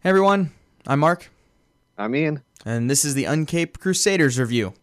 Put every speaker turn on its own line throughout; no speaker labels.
Hey everyone, I'm Mark,
I'm Ian.
and this is the Uncaped Crusaders review.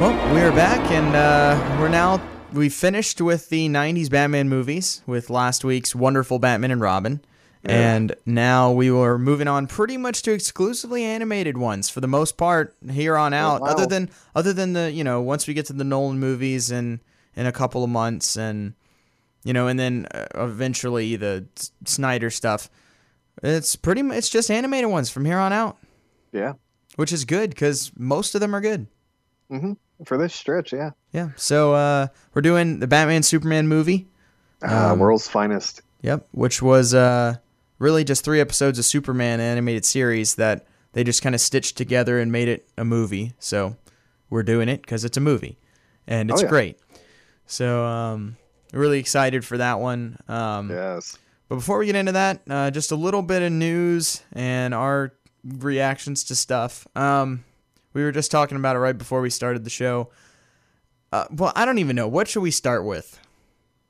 Well, we are back, and uh, we're now we finished with the '90s Batman movies with last week's wonderful Batman and Robin. And now we were moving on pretty much to exclusively animated ones for the most part here on out.
wow.
Other than other than the you know once we get to the Nolan movies in in a couple of months and you know and then uh, eventually the S- Snyder stuff. It's pretty mu- it's just animated ones from here on out,
Yeah.
which is good because most of them are good.
hmm For this stretch, yeah.
Yeah. So uh, we're doing the Batman Superman movie.
uh, world's finest.
Yep. Which was uh, really just three episodes of Superman animated series that they just kind of stitched together and made it a movie. So we're doing it because it's a movie, and it's
yeah.
great. So um, really excited for that one. Um,
Yes.
But before we get into that, uh, just a little bit of news and our reactions to stuff. Um, we were just talking about it right before we started the show. Uh, well, I don't even know. What should we start with?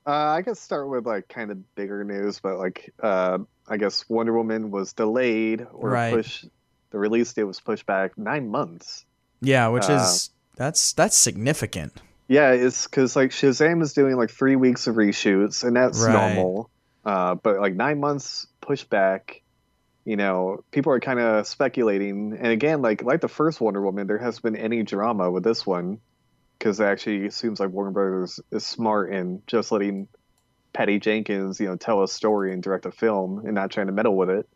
Uh, I guess start with like kind of bigger news, but like uh, I guess Wonder Woman was delayed or
Right.
pushed. The release date was pushed back nine months.
Yeah, which
Uh,
is that's that's significant.
Yeah, it's because like Shazam is doing like three weeks of reshoots, and that's
Right.
normal. Uh, but like nine months pushback, you know, people are kind of speculating. And again, like like the first Wonder Woman, there has been any drama with this one because it actually seems like Warner Brothers is smart in just letting Patty Jenkins, you know, tell a story and direct a film and not trying to meddle with it.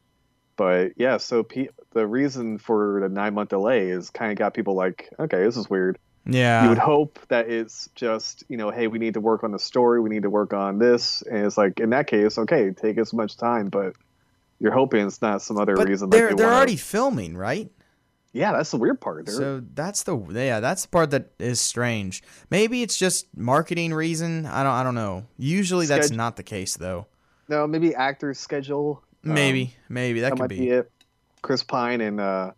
But yeah, so pe- the reason for the nine month delay is kind of got people like, okay, this is weird you would
Yeah,
hope that it's just you know hey we need to work on the story we need to work on this and it's like in that case okay take as much time but you're hoping it's not some other
but
reason like
they're
they
they're
wanna-
already filming, right?
yeah that's the weird part They're-
So that's the yeah that's the part that is strange. Maybe it's just marketing reason. I don't I don't know. Usually that's
Sched-
not the case though.
no maybe actors schedule Um,
Maybe maybe that,
that,
could
might be. it chris pine and uh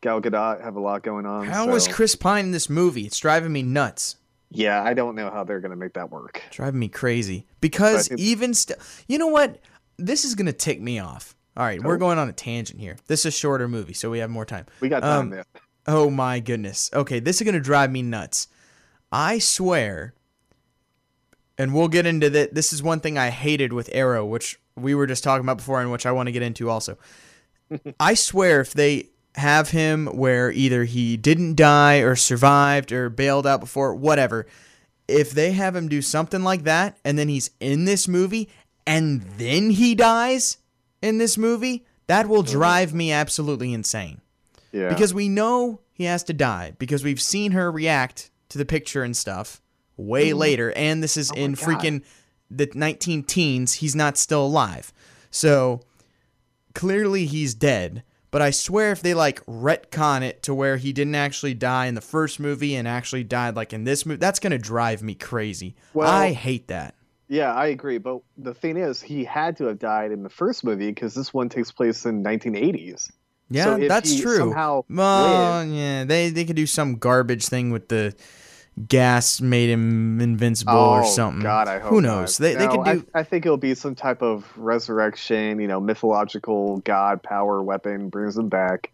gal gadot have a lot going on
How
so-
was Chris Pine in this movie? It's driving me nuts.
yeah i don't know how they're gonna make that work
Driving me crazy. Because
But it-
even still, you know what? This is going to tick me off. All right, we're
Oh.
going on a tangent here. This is a shorter movie, so we have more time.
we got time
Um,
there
Oh my goodness. Okay, this is going to drive me nuts. I swear, and we'll get into that. This is one thing I hated with Arrow, which we were just talking about before and which I want to get into also. I swear, if they have him where either he didn't die or survived or bailed out before, whatever, if they have him do something like that and then he's in this movie and then he dies in this movie, that will drive me absolutely insane
yeah
because we know he has to die because we've seen her react to the picture and stuff way later and this is in
Mm-hmm. Oh God.
freaking the 19 teens he's not still alive so clearly he's dead but i swear if they like retcon it to where he didn't actually die in the first movie and actually died like in this movie that's gonna drive me crazy
Well-
i hate that
Yeah, I agree. But the thing is, he had to have died in the first movie because this one takes place in 1980s.
yeah
So if
that's
he
true
Somehow,
Well, yeah, they they could do some garbage thing with the gas made him invincible
oh
or something.
God, I hope
Who knows?
not.
They they
No,
could do
I, I think it'll be some type of resurrection. You know, mythological god power weapon brings him back.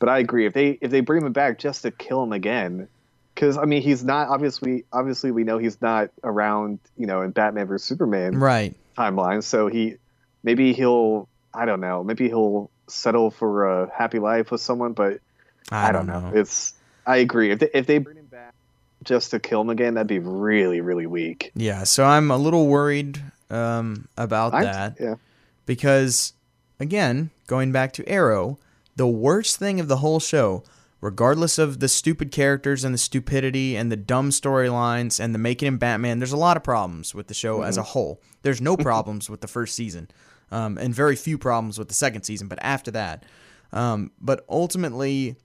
But I agree. If they if they bring him back just to kill him again, because I mean, he's not obviously. Obviously, we know he's not around. You know, in Batman vs Superman.
right.
timeline. So he maybe he'll I don't know. Maybe he'll settle for a happy life with someone, but
I,
I, don't know. It's I agree. If they, if they bring him back just to kill him again, that'd be really really weak.
Yeah, so I'm a little worried um, about
I'm-
that
yeah.
because, again, going back to Arrow, the worst thing of the whole show, regardless of the stupid characters and the stupidity and the dumb storylines and the making him Batman, there's a lot of problems with the show as a whole. There's no problems with the first season, um, and very few problems with the second season, but after that. Um, but ultimately,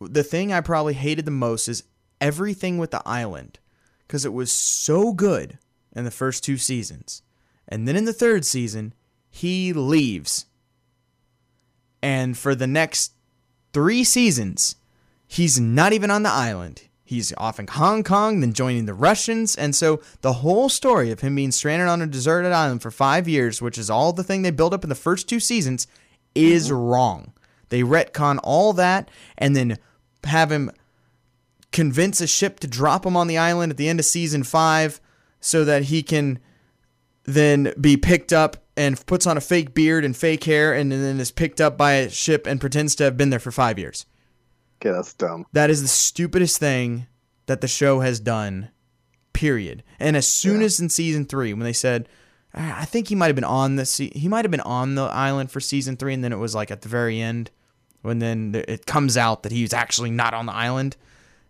the thing I probably hated the most is everything with the island because it was so good in the first two seasons. And then in the third season, he leaves. And for the next three seasons, He's not even on the island. He's off in Hong Kong, then joining the Russians. And so the whole story of him being stranded on a deserted island for five years, which is all the thing they built up in the first two seasons, is wrong. They retcon all that and then have him convince a ship to drop him on the island at the end of season five so that he can then be picked up and puts on a fake beard and fake hair and then is picked up by a ship and pretends to have been there for five years.
Okay, that's dumb.
That is the stupidest thing that the show has done, period. And as soon
Yeah.
as in season three, when they said, "Ah, I think he might have been on the sea, he might have been on the island for season three, and then it was like at the very end when then th- it comes out that he's actually not on the island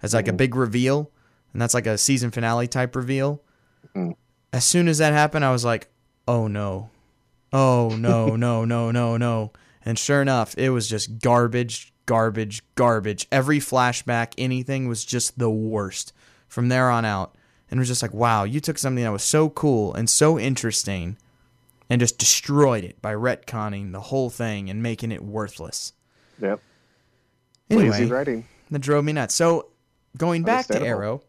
as like a big reveal, and that's like a season finale type reveal.
Mhm.
As soon as that happened, I was like, oh no, oh no, no, no, no, no. And sure enough, it was just garbage, garbage, garbage. Every flashback, anything was just the worst from there on out. And it was just like, wow, you took something that was so cool and so interesting and just destroyed it by retconning the whole thing and making it worthless.
Yep. Lazy
Anyway,
writing.
that drove me nuts. So going back to
Understandable.
Arrow,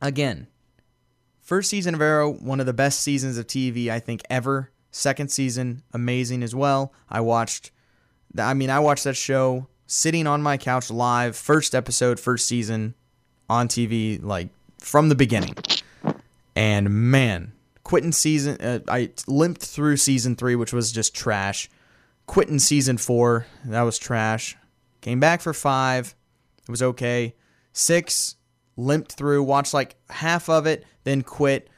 again, first season of Arrow, one of the best seasons of TV I think ever. Second season, amazing as well. I watched, I mean, I watched that show sitting on my couch live, first episode, first season on TV, like from the beginning. And man, quitting season, uh, I limped through season three, which was just trash. Quitting season four, that was trash. Came back for five, it was okay. Six, limped through, watched like half of it, then quit.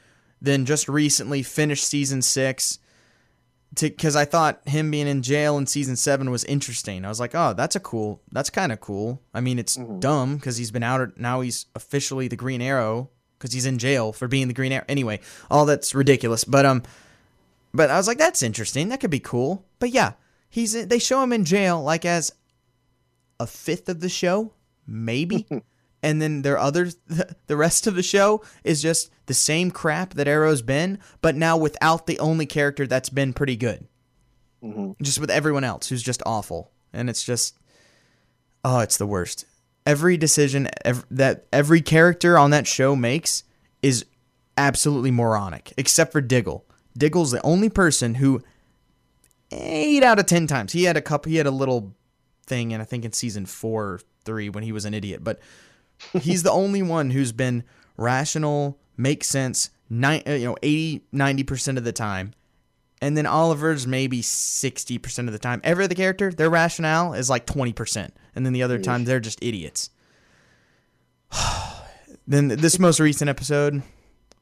Then just recently finished season six because I thought him being in jail in season seven was interesting. I was like, oh, that's a cool, that's kind of cool. I mean, it's dumb dumb because he's been out now. He's officially the Green Arrow because he's in jail for being the Green Arrow. Anyway, all that's ridiculous. But um, but I was like, that's interesting. That could be cool. But yeah, he's in- they show him in jail like as a fifth of the show, maybe. and then their other the rest of the show is just the same crap that Arrow's been, but now without the only character that's been pretty good. Just with everyone else who's just awful. And it's just oh, it's the worst. Every decision ev- that every character on that show makes is absolutely moronic, except for Diggle. Diggle's the only person who eight out of ten times he had a cup he had a little thing and I think in season four or three when he was an idiot, but he's the only one who's been rational, makes sense, nine, uh, you know, 80, 90% of the time. And then Oliver's maybe 60% of the time. Every other character, their rationale is like 20%. And then the other time, they're just idiots. then this most recent episode,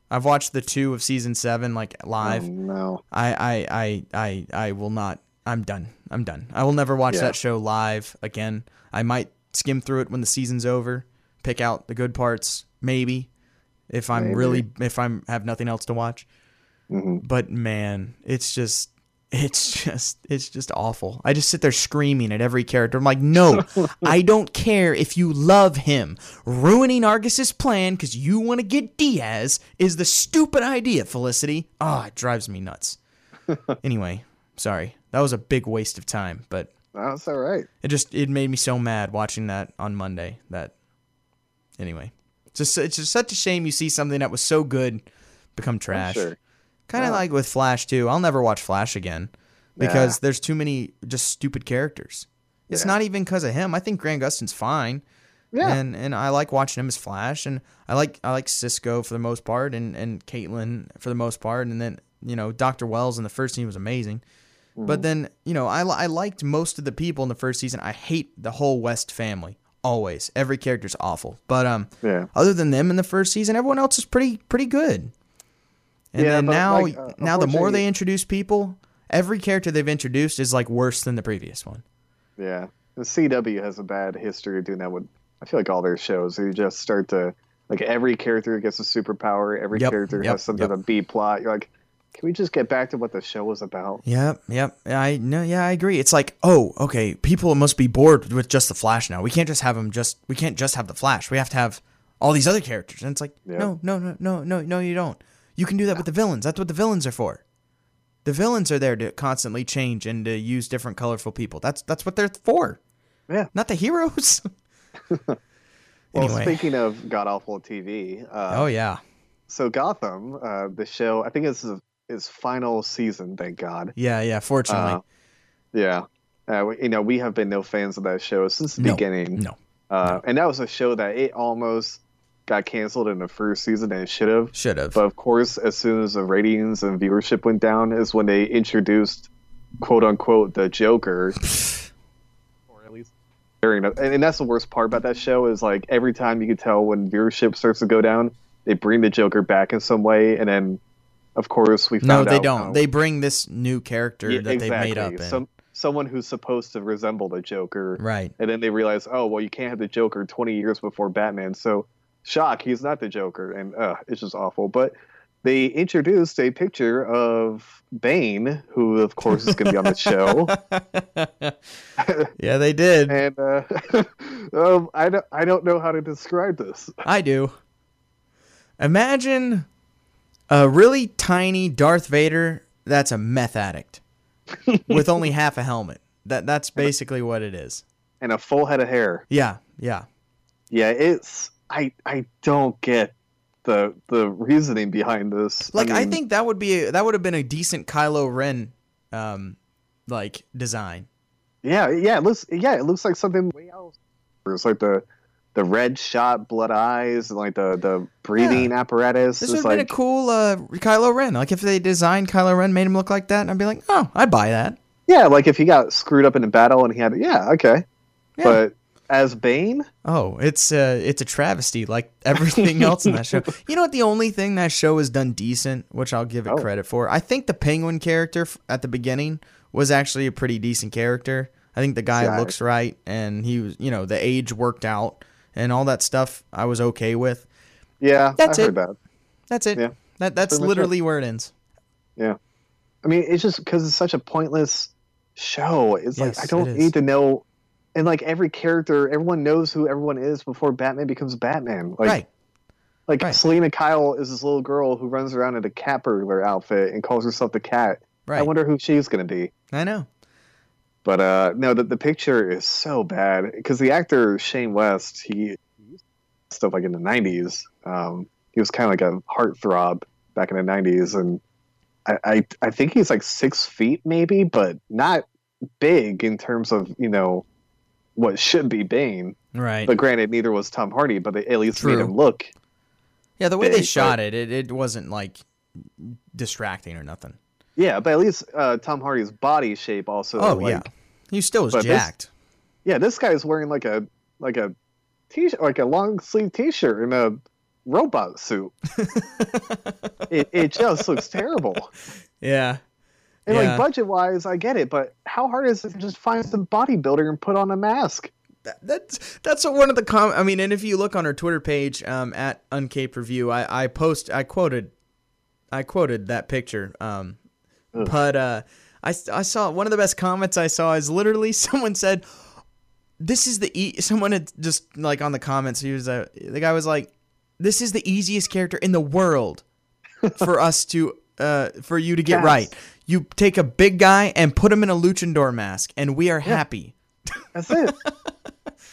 I've watched the two of season seven, like live.
Oh, no.
I, I, I, I, I will not. I'm done. I'm done. I will never watch
Yeah.
that show live again. I might skim through it when the season's over, pick out the good parts, maybe, if I'm
Maybe.
really if I'm have nothing else to watch.
hmm
But man, it's just. It's just it's just awful. I just sit there screaming at every character. I'm like, "No, I don't care if you love him. Ruining Argus's plan cuz you want to get Diaz is the stupid idea, Felicity." Ah, it drives me nuts. anyway, sorry. That was a big waste of time, but
That's all right.
it just it made me so mad watching that on Monday. That anyway, it's just it's just such a shame you see something that was so good become trash.
sure.
Kind of
Yeah.
like with Flash too. I'll never watch Flash again because there's too many just stupid characters. It's
Yeah.
not even because of him. I think Grant Gustin's fine.
Yeah.
And and I like watching him as Flash, and I like I like Cisco for the most part, and and Caitlin for the most part, and then you know Doctor Wells in the first season was amazing,
Mm-hmm.
but then you know I li- I liked most of the people in the first season. I hate the whole West family always. Every character's awful, but um
Yeah.
other than them in the first season, everyone else is pretty pretty good. And
Yeah,
then
but,
now
like, uh,
now the more
unfortunately-
they introduce people, every character they've introduced is like worse than the previous one.
Yeah. The CW has a bad history of doing that with I feel like all their shows. They just start to like every character gets a superpower, every
Yep,
character
yep,
has something
yep.
to B plot. You're like, can we just get back to what the show was about?
Yep, yep. I no, yeah, I agree. It's like, oh, okay, people must be bored with just the Flash now. We can't just have him just. We can't just have the Flash. We have to have all these other characters. And it's like,
Yeah.
no, no, no, no, no, no. You don't. You can do that with the villains. That's what the villains are for. The villains are there to constantly change and to use different colorful people. That's that's what they're for.
Yeah.
Not the heroes.
Well,
Anyway.
speaking of god awful TV, uh,
oh yeah,
so Gotham, uh, the show, I think it's its final season. Thank God.
yeah, yeah. Fortunately,
Uh, yeah, uh, we- you know we have been no fans of that show since the
No.
beginning.
no,
Uh, and that was a show that it almost got canceled in the first season and it should have.
should have.
But of course, as soon as the ratings and viewership went down, is when they introduced "quote unquote" the Joker, or at least during. And, and that's the worst part about that show is like every time you can tell when viewership starts to go down, they bring the Joker back in some way, and then of course we
No,
found
they
out
don't.
how-
They bring this new character
Yeah,
that they made up.
exactly.
in.
Some someone who's supposed to resemble the Joker,
right.
and then they realize, oh well, you can't have the Joker 20 years before Batman. So, shock, he's not the Joker, and uh, it's just awful. But they introduced a picture of Bane, who of course is going to be on the show,
yeah, they did.
and uh, um, I don't, I don't know how to describe this.
I do. Imagine a really tiny Darth Vader that's a meth addict with only half a helmet. That that's basically what it is.
And a full head of hair.
Yeah, yeah.
Yeah, it's I, I don't get the the reasoning behind this.
Like I
mean,
think that would be that would have been a decent Kylo Ren um like design.
Yeah, yeah, it looks yeah, it looks like something way else. It's like the the red shot, blood eyes, and like the the breathing apparatus.
This would
it's
have been
like
a cool uh Kylo Ren. Like if they designed Kylo Ren made him look like that, I'd be like, "Oh, I'd buy that."
yeah, like if he got screwed up in a battle and he had yeah, okay,
Yeah.
but as Bane,
Oh, it's uh it's a travesty like everything else in that show. You know what the only thing that show has done decent, which I'll give it
Oh.
credit for. I think the penguin character f- at the beginning was actually a pretty decent character. I think the guy
Yeah.
looks right and he was, you know, the age worked out and all that stuff I was okay with.
yeah,
That's
I
it.
heard that.
That's it.
Yeah.
That that's
Pretty much it.
literally where it ends.
I mean, it's just because it's such a pointless show. It's
Yes,
like I
it
don't
is.
need to know, and like every character, everyone knows who everyone is before Batman becomes Batman. Like
right.
Like
Right.
Selena Kyle is this little girl who runs around in a cat burglar outfit and calls herself the cat. I
Right.
wonder who she's gonna be.
I know.
But uh, no, the, the picture is so bad because the actor Shane West, he stuff like in the '90s. Um, he was kind of like a heartthrob back in the '90s, and I, I I think he's like six feet maybe, but not big in terms of you know what should be Bane.
Right.
But granted, neither was Tom Hardy, but they at least
True.
made him look
yeah, the way they
big,
shot it, it, it wasn't like distracting or nothing.
Yeah, but at least uh, Tom Hardy's body shape also.
Oh,
Uh, like-
yeah. He still was
But this-
jacked.
yeah. This guy's wearing like a like a t shirt, like a long sleeve t shirt and a robot suit. it it just looks terrible.
yeah.
And
Yeah.
like budget wise, I get it, but how hard is it to just find some bodybuilder and put on a mask?
that, that's that's what one of the com. I mean, and if you look on our Twitter page um, at Uncaped Review, I I post I quoted, I quoted that picture. Um,
Ugh.
but uh, I s- I saw one of the best comments I saw is literally someone said, "This is the e-, someone had just like on the comments he was uh, the guy was like, this is the easiest character in the world for us to." Uh, for you to get
Yes.
right, you take a big guy and put him in a luchador mask, and we are happy.
That's it.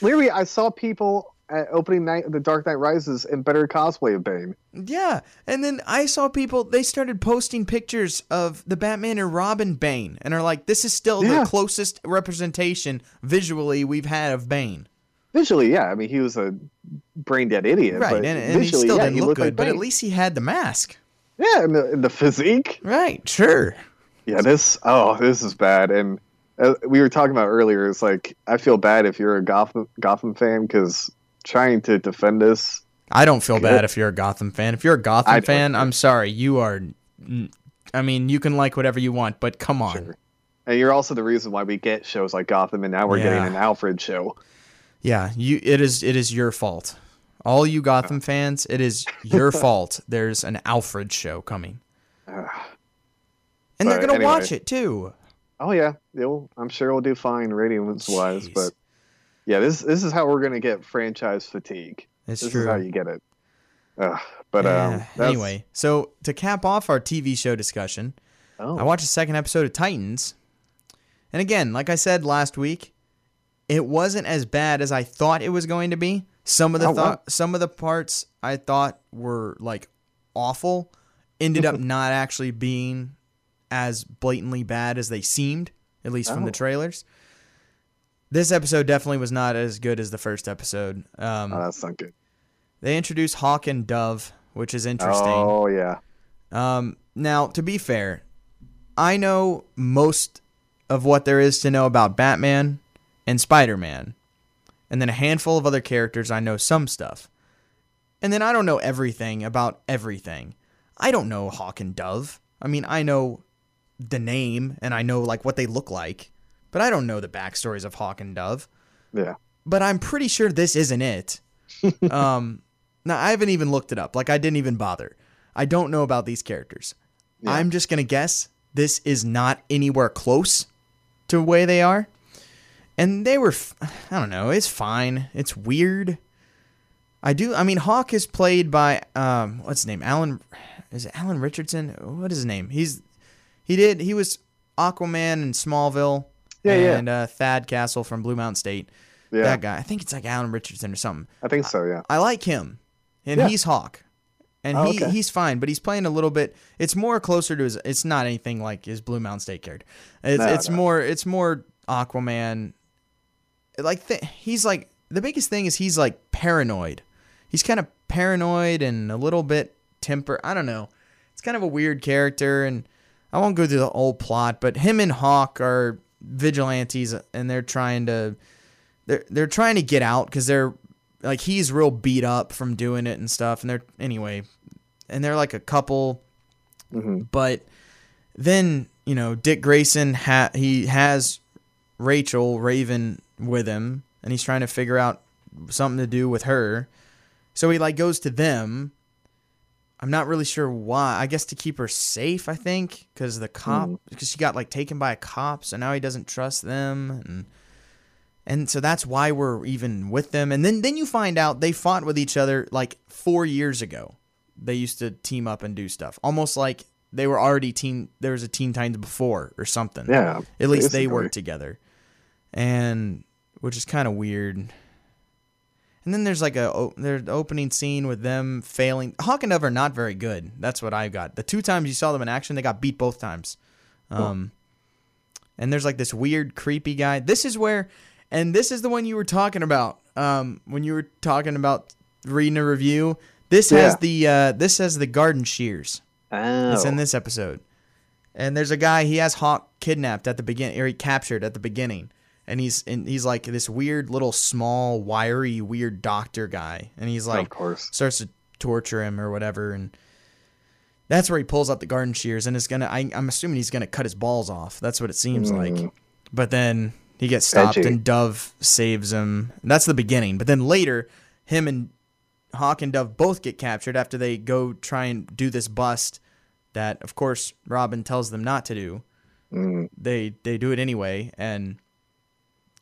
Literally, I saw people at opening night of The Dark Knight Rises in better cosplay of Bane.
Yeah, and then I saw people they started posting pictures of the Batman and Robin Bane and are like this is still
Yeah.
the closest representation visually we've had of Bane.
Visually, yeah, I mean he was a brain dead idiot,
Right,
But
and, and he
visually,
still
yeah,
didn't
he
look
looked
good,
like
but at
Bane.
least he had the mask.
yeah, and the, and the physique.
Right, sure.
Yeah, this oh, this is bad. And uh, we were talking about earlier. It's like I feel bad if you're a Gotham Gotham fan because trying to defend this.
I don't feel bad if you're a Gotham fan. If you're a Gotham
I don't.
fan, I'm sorry, you are I mean, you can like whatever you want, but come on.
Sure. And you're also the reason why we get shows like Gotham, and now we're
Yeah.
getting an Alfred show.
Yeah, you it is it is your fault. All you
Oh.
Gotham fans, it is your fault. There's an Alfred show coming.
Ugh.
And they're
But
gonna
anyway.
watch it too.
Oh yeah, it'll, I'm sure we'll do fine ratings wise,
Jeez.
but yeah, this this is how we're gonna get franchise fatigue.
It's
this
true.
is how you get it. Ugh. But um,
Yeah,
that's-
anyway, so to cap off our TV show discussion,
oh,
I watched the second episode of Titans. And again, like I said last week, it wasn't as bad as I thought it was going to be. Some of the
Oh, wow.
thought, some of the parts I thought were like awful ended up not actually being as blatantly bad as they seemed, at least from the
Oh.
trailers. This episode definitely was not as good as the first episode. Um,
Oh, that's not good.
they introduced Hawk and Dove, which is interesting.
Oh yeah.
Um, now, to be fair, I know most of what there is to know about Batman and Spider Man, and then a handful of other characters. I know some stuff, and then I don't know everything about everything. I don't know Hawk and Dove. I mean, I know the name and I know like what they look like, but I don't know the backstories of Hawk and Dove.
Yeah.
But I'm pretty sure this isn't it. um, now I haven't even looked it up. Like I didn't even bother. I don't know about these characters.
Yeah.
I'm just gonna guess this is not anywhere close to where they are. And they were, f- I don't know. It's fine. It's weird. I do. I mean, Hawk is played by um, what's his name? Alan. Is it Alan Richardson? What is his name? He's he did he was Aquaman in Smallville.
Yeah, yeah.
And uh, Thad Castle from Blue Mountain State.
Yeah.
That guy. I think it's like Alan Richardson or something.
I think so. Yeah.
I like him, and
Yeah.
he's Hawk, and
Oh,
he,
okay.
he's fine, but he's playing a little bit. It's more closer to his. It's not anything like his Blue Mountain State character. It's
No,
it's
no.
more it's more Aquaman. Like th- he's like the biggest thing is he's like paranoid. He's kind of paranoid and a little bit temper. I don't know. It's kind of a weird character, and I won't go through the whole plot. But him and Hawk are vigilantes, and they're trying to they're they're trying to get out because they're like he's real beat up from doing it and stuff and they're anyway and they're like a couple
hmm
but then you know dick grayson ha- he has rachel raven with him and he's trying to figure out something to do with her so he like goes to them i'm not really sure why i guess to keep her safe i think because the cop because she got like taken by a cop so now he doesn't trust them and and so that's why we're even with them and then then you find out they fought with each other like four years ago they used to team up and do stuff almost like they were already teen there was a teen times before or something
Yeah.
at least they
basically.
work together, and which is kind of weird. And then there's like a o- there's the opening scene with them failing. Hawk and Dove are not very good. That's what I got. The two times you saw them in action, they got beat both times. Um, and there's like this weird, creepy guy. This is where, and this is the one you were talking about. Um, when you were talking about reading a review, this has
Yeah.
the uh, this has the garden shears.
Oh.
It's in this episode. And there's a guy he has Hawk kidnapped at the beginning, or he captured at the beginning, and he's and he's like this weird little small wiry weird doctor guy, and he's
Of
like
course.
starts to torture him or whatever, and that's where he pulls out the garden shears and is gonna. I, I'm assuming he's gonna cut his balls off. That's what it seems like. But then he gets stopped,
Edgy.
and Dove saves him. That's the beginning. But then later, him and Hawk and Dove both get captured after they go try and do this bust that, of course, Robin tells them not to do.
Mm.
They they do it anyway and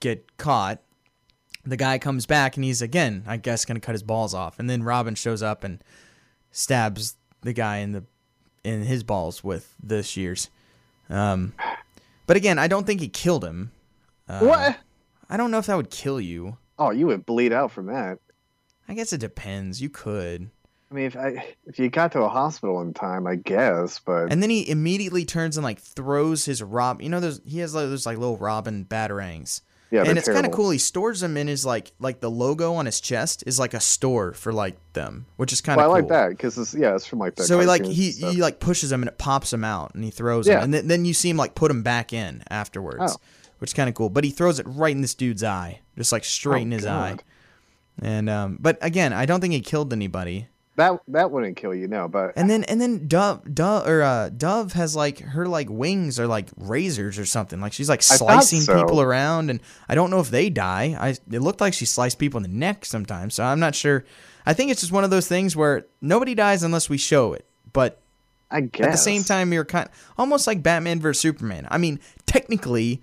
get caught. The guy comes back and he's again, I guess, gonna cut his balls off. And then Robin shows up and stabs the guy in the in his balls with the shears. Um, but again, I don't think he killed him. Uh,
what?
I don't know if that would kill you.
Oh, you would bleed out from that.
I guess it depends. You could.
I mean, if I if you got to a hospital in time, I guess, but
And then he immediately turns and like throws his rob. You know, those he has like, those like little Robin batarangs,
yeah,
and
they're
it's kind of
terrible.
cool. He stores them in his like like the logo on his chest is like a store for like them, which is kind
Well,
of
I
cool.
like that because it's yeah, it's from like that.
so he like
cartoon
he,
stuff.
he like pushes him and it pops him out and he throws
Yeah.
him and then, then you see him like put him back in afterwards
Oh.
which is kind of cool but he throws it right in this dude's eye just like straight
Oh,
in his
God.
eye and um but again i don't think he killed anybody
that that wouldn't kill you, no, but
and then and then dove dove or uh dove has like her like wings are like razors or something like she's like
I thought
slicing
so.
people around and i don't know if they die i it looked like she sliced people in the neck sometimes so i'm not sure i think it's just one of those things where nobody dies unless we show it but
I guess
at the same time, you're kind almost like Batman versus Superman. I mean, technically,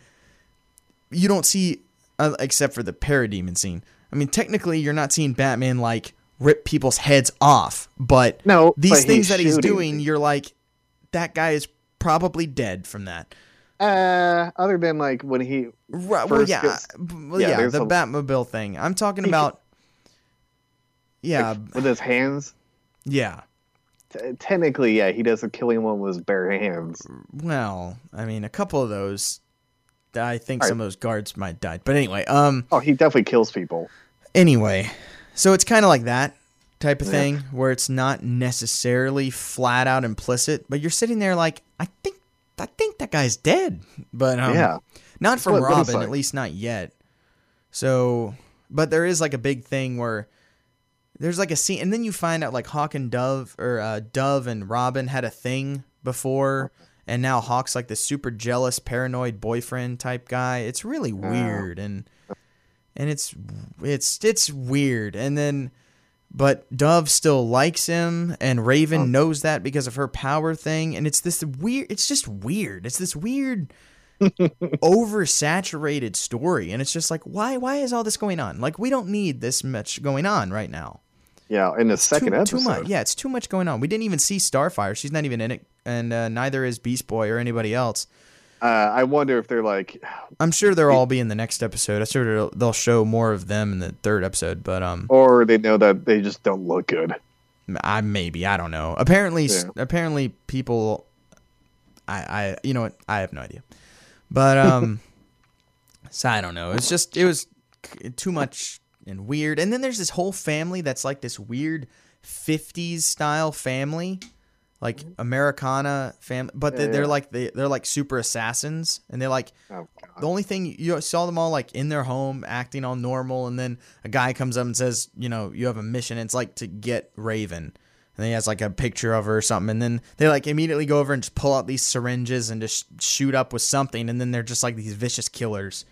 you don't see uh, except for the parademon scene. I mean, technically, you're not seeing Batman like rip people's heads off, but
No,
these
but he's
things that he's
shooting.
doing, you're like, that guy is probably dead from that.
Uh, other than like when he
Right. Well,
First
yeah,
gets-
b- well,
yeah,
yeah,
there's
the
a-
Batmobile thing. I'm talking
He-
about. Yeah,
with his hands,
yeah.
t- technically, yeah, he doesn't kill anyone with his bare hands.
Well, I mean, a couple of those. I think
All right.
some of those guards might have died, but anyway. Um.
Oh, he definitely kills people.
Anyway, so it's kind of like that type of
Yeah.
thing where it's not necessarily flat out implicit, but you're sitting there like, I think, I think that guy's dead, but um,
yeah,
Not from
But- but it's
Robin,
like-
at least not yet. So, but there is like a big thing where there's like a scene, and then you find out like Hawk and Dove or uh, Dove and Robin had a thing before, and now Hawk's like the super jealous, paranoid boyfriend type guy. It's really
Wow.
weird, and and it's it's it's weird, and then. But Dove still likes him, and Raven
Oh.
knows that because of her power thing. And it's this weird, it's just weird. It's this weird oversaturated story and it's just like why why is all this going on like we don't need this much going on right now
yeah. In the second
too,
episode,
too much yeah it's too much going on we didn't even see starfire she's not even in it and uh, neither is beast boy or anybody else
uh, I wonder if they're like,
i'm sure they'll all be in the next episode i'm sure they'll, they'll show more of them in the third episode but um
or they know that they just don't look good.
I maybe I don't know. Apparently,
Yeah.
apparently people, I I you know what I have no idea, but um, so I don't know. It's just it was c- too much and weird. And then there's this whole family that's like this weird '50s style family, like Americana family, but they,
Mm-hmm. Yeah,
they're
yeah.
like they they're like super assassins, and they like
Oh,
the
God.
only thing you saw them all like in their home acting all normal, and then a guy comes up and says, "You know, you have a mission." It's like to get Raven, and he has like a picture of her or something, and then they like immediately go over and just pull out these syringes and just shoot up with something, and then they're just like these vicious killers.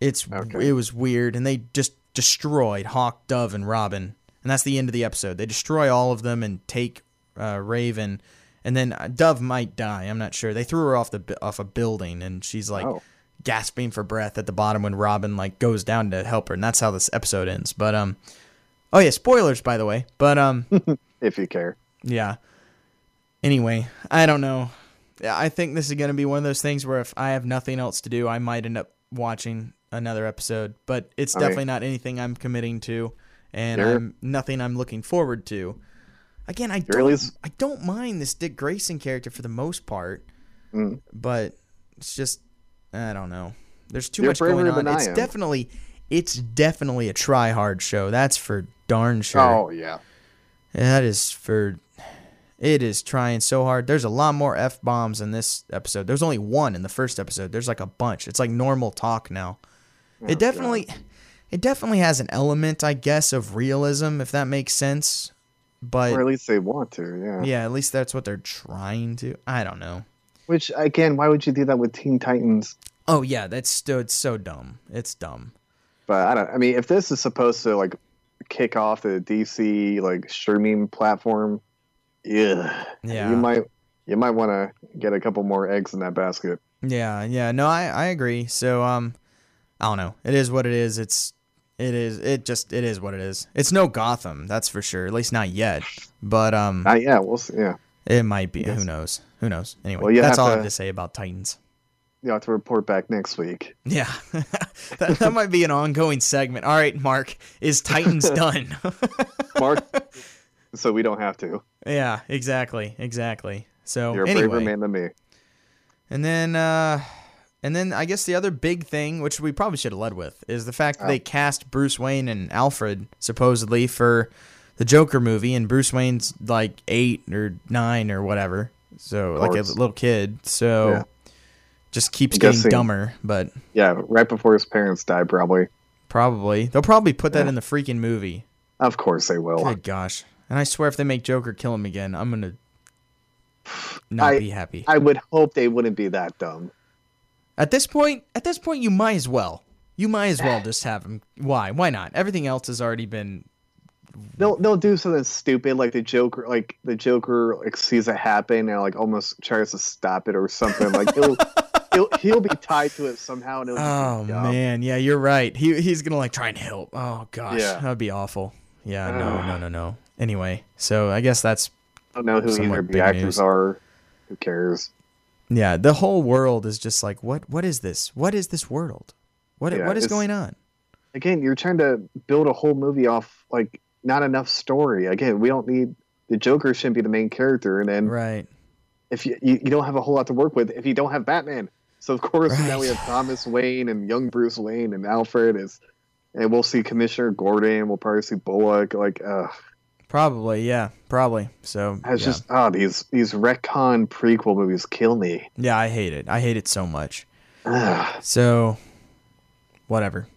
It's
Okay.
it was weird, and they just destroyed Hawk, Dove, and Robin, and that's the end of the episode. They destroy all of them and take uh, Raven. And then uh, Dove might die. I'm not sure. They threw her off the bu- off a building, and she's like,
Oh.
gasping for breath at the bottom when Robin like goes down to help her, and that's how this episode ends. But um, oh yeah, spoilers by the way. But um,
if you care.
yeah. Anyway, I don't know. Yeah, I think this is gonna be one of those things where if I have nothing else to do, I might end up watching another episode. But it's
I mean-
definitely not anything I'm committing to, and
Sure.
I'm nothing I'm looking forward to. Again, I
You're at
don't,
least
I don't mind this Dick Grayson character for the most part
mm,
but it's just I don't know. There's too
You're
much going
braver
on.
than I
It's
am.
definitely it's definitely a try hard show. That's for darn sure.
oh yeah.
That is for it is trying so hard. There's a lot more F bombs in this episode. There's only one in the first episode. There's like a bunch. It's like normal talk now.
Oh,
It definitely it definitely has an element, I guess, of realism, if that makes sense. But
or at least they want to. Yeah.
yeah, at least that's what they're trying to. I don't know.
Which again, why would you do that with Teen Titans?
Oh yeah, that's so it's so dumb. It's dumb.
But I don't. I mean, if this is supposed to like kick off the DC like streaming platform, yeah,
Yeah.
you might you might want to get a couple more eggs in that basket.
Yeah, yeah. No, I I agree. So um I don't know. It is what it is. It's it is it just it is what it is. It's no Gotham, that's for sure. At least not yet. But um
Uh, yeah, we'll see. Yeah,
it might be. Who
Yes.
knows? Who knows? Anyway,
Well, you
that's
have
all I have
to-
to say about Titans.
you have to report back next week.
Yeah. that, that might be an ongoing segment. All right, Mark, is Titans done?
Mark, so we don't have to.
yeah, exactly. Exactly. So
You're a
Oh, anyway.
braver man than me.
And then, uh, and then I guess the other big thing, which we probably should have led with, is the fact that
Oh.
they cast Bruce Wayne and Alfred supposedly for the Joker movie, and Bruce Wayne's like eight or nine or whatever, so like a
course.
little kid. So
Yeah.
just keeps
I'm
getting
guessing-
dumber, but
Yeah, right before his parents die, probably.
probably they'll probably put that
Yeah.
in the freaking movie.
Of course they will.
Good gosh! And I swear, if they make Joker kill him again, I'm gonna not
I-
be happy.
I would hope they wouldn't be that dumb.
At this point, at this point, you might as well. You might as well just have him. Why? Why not? Everything else has already been.
They'll they'll do something stupid like the Joker, like the Joker like sees it happen and like almost tries to stop it or something. Like he'll he'll, he'll be tied to it somehow. And it'll just
Oh
be dumb.
man, yeah, you're right. He he's gonna like try and help. Oh gosh,
Yeah.
that'd be awful. Yeah, no,
Ugh.
no, no, no. Anyway, so I guess that's
I don't know who
Somewhat
either of
big
the actors
news.
are. Who cares?
Yeah, the whole world is just like what what is this? What is this world? What
Yeah,
what is
it's-
going on?
Again, you're trying to build a whole movie off like not enough story. Again, we don't need the Joker shouldn't be the main character, and then
Right.
if you, you you don't have a whole lot to work with if you don't have Batman. So of course
Right.
now we have Thomas Wayne and young Bruce Wayne and Alfred is, and we'll see Commissioner Gordon. We'll probably see Bullock. Like, uh,
Probably, yeah, probably. So
it's
yeah.
just ah these these retcon prequel movies kill me.
yeah, I hate it. I hate it so much.
Ah.
So whatever.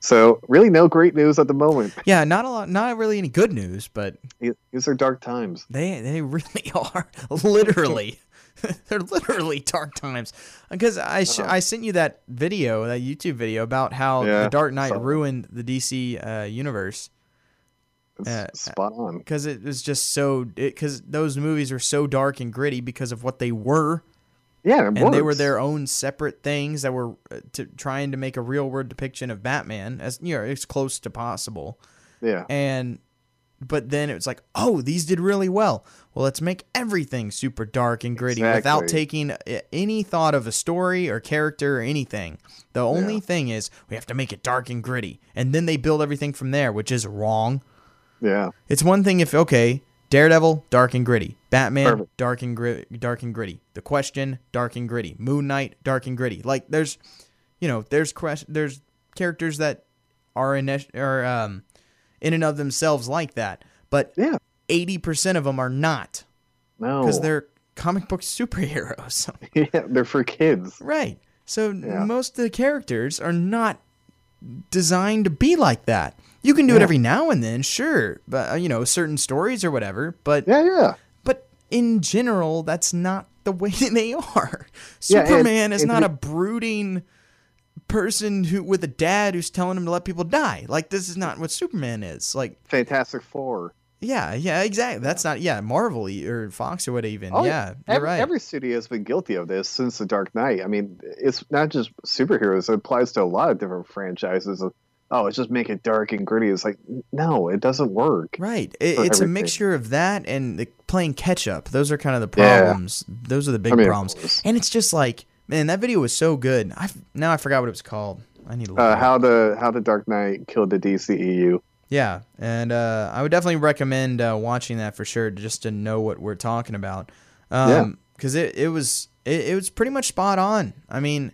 so really, no great news at the moment.
Yeah, not a lot not really any good news, but
These- These are dark times.
They they really are literally. They're literally dark times. Because I sh-
Oh.
I sent you that video, that YouTube video about how
Yeah,
the Dark Knight
saw that.
ruined the DC uh, universe
It's
Uh,
spot on.
because it was just so because those movies are so dark and gritty because of what they were
Yeah, it
and they were
works.
their own separate things that were uh, to, trying to make a real world depiction of Batman as you know as close to possible
Yeah,
and but then it was like oh these did really well well let's make everything super dark and gritty without
Exactly.
taking a- any thought of a story or character or anything the only
Yeah.
thing is we have to make it dark and gritty and then they build everything from there which is wrong
yeah.
it's one thing if okay daredevil dark and gritty batman
Perfect.
dark and gri- dark and gritty the question dark and gritty moon knight dark and gritty like there's you know there's quest- there's characters that are in are um in and of themselves like that, but
Yeah.
eighty percent of them are not
No,
because they're comic book superheroes,
yeah, they're for kids.
right? So
Yeah.
most of the characters are not designed to be like that. You can do it
Yeah.
every now and then, sure, but uh, you know certain stories or whatever. But
Yeah, yeah.
but in general, that's not the way they are.
Yeah, and-
Superman is
and
not
we-
a brooding person who with a dad who's telling him to let people die. Like this is not what Superman is. Like
Fantastic Four.
Yeah, yeah, exactly. That's not yeah, Marvel e- or Fox or what even.
Oh,
yeah, you're
every,
right.
every studio has been guilty of this since the Dark Knight. I mean, it's not just superheroes; it applies to a lot of different franchises. Of, oh, it's just make it dark and gritty. It's like no, it doesn't work.
right. It, it's
for
a
everything.
mixture of that and the playing catch up. Those are kind of the
Yeah.
problems. Those are the big
I mean, of
problems.
course.
And it's just like, man, that video was so good. I f- now I forgot what it was called. I need to look.
Uh,
it up.
how the how the Dark Knight killed the E DCEU.
Yeah, and uh, I would definitely recommend uh, watching that for sure, just to know what we're talking about. Um 'cause because it, it was it, it was pretty much spot on. I mean,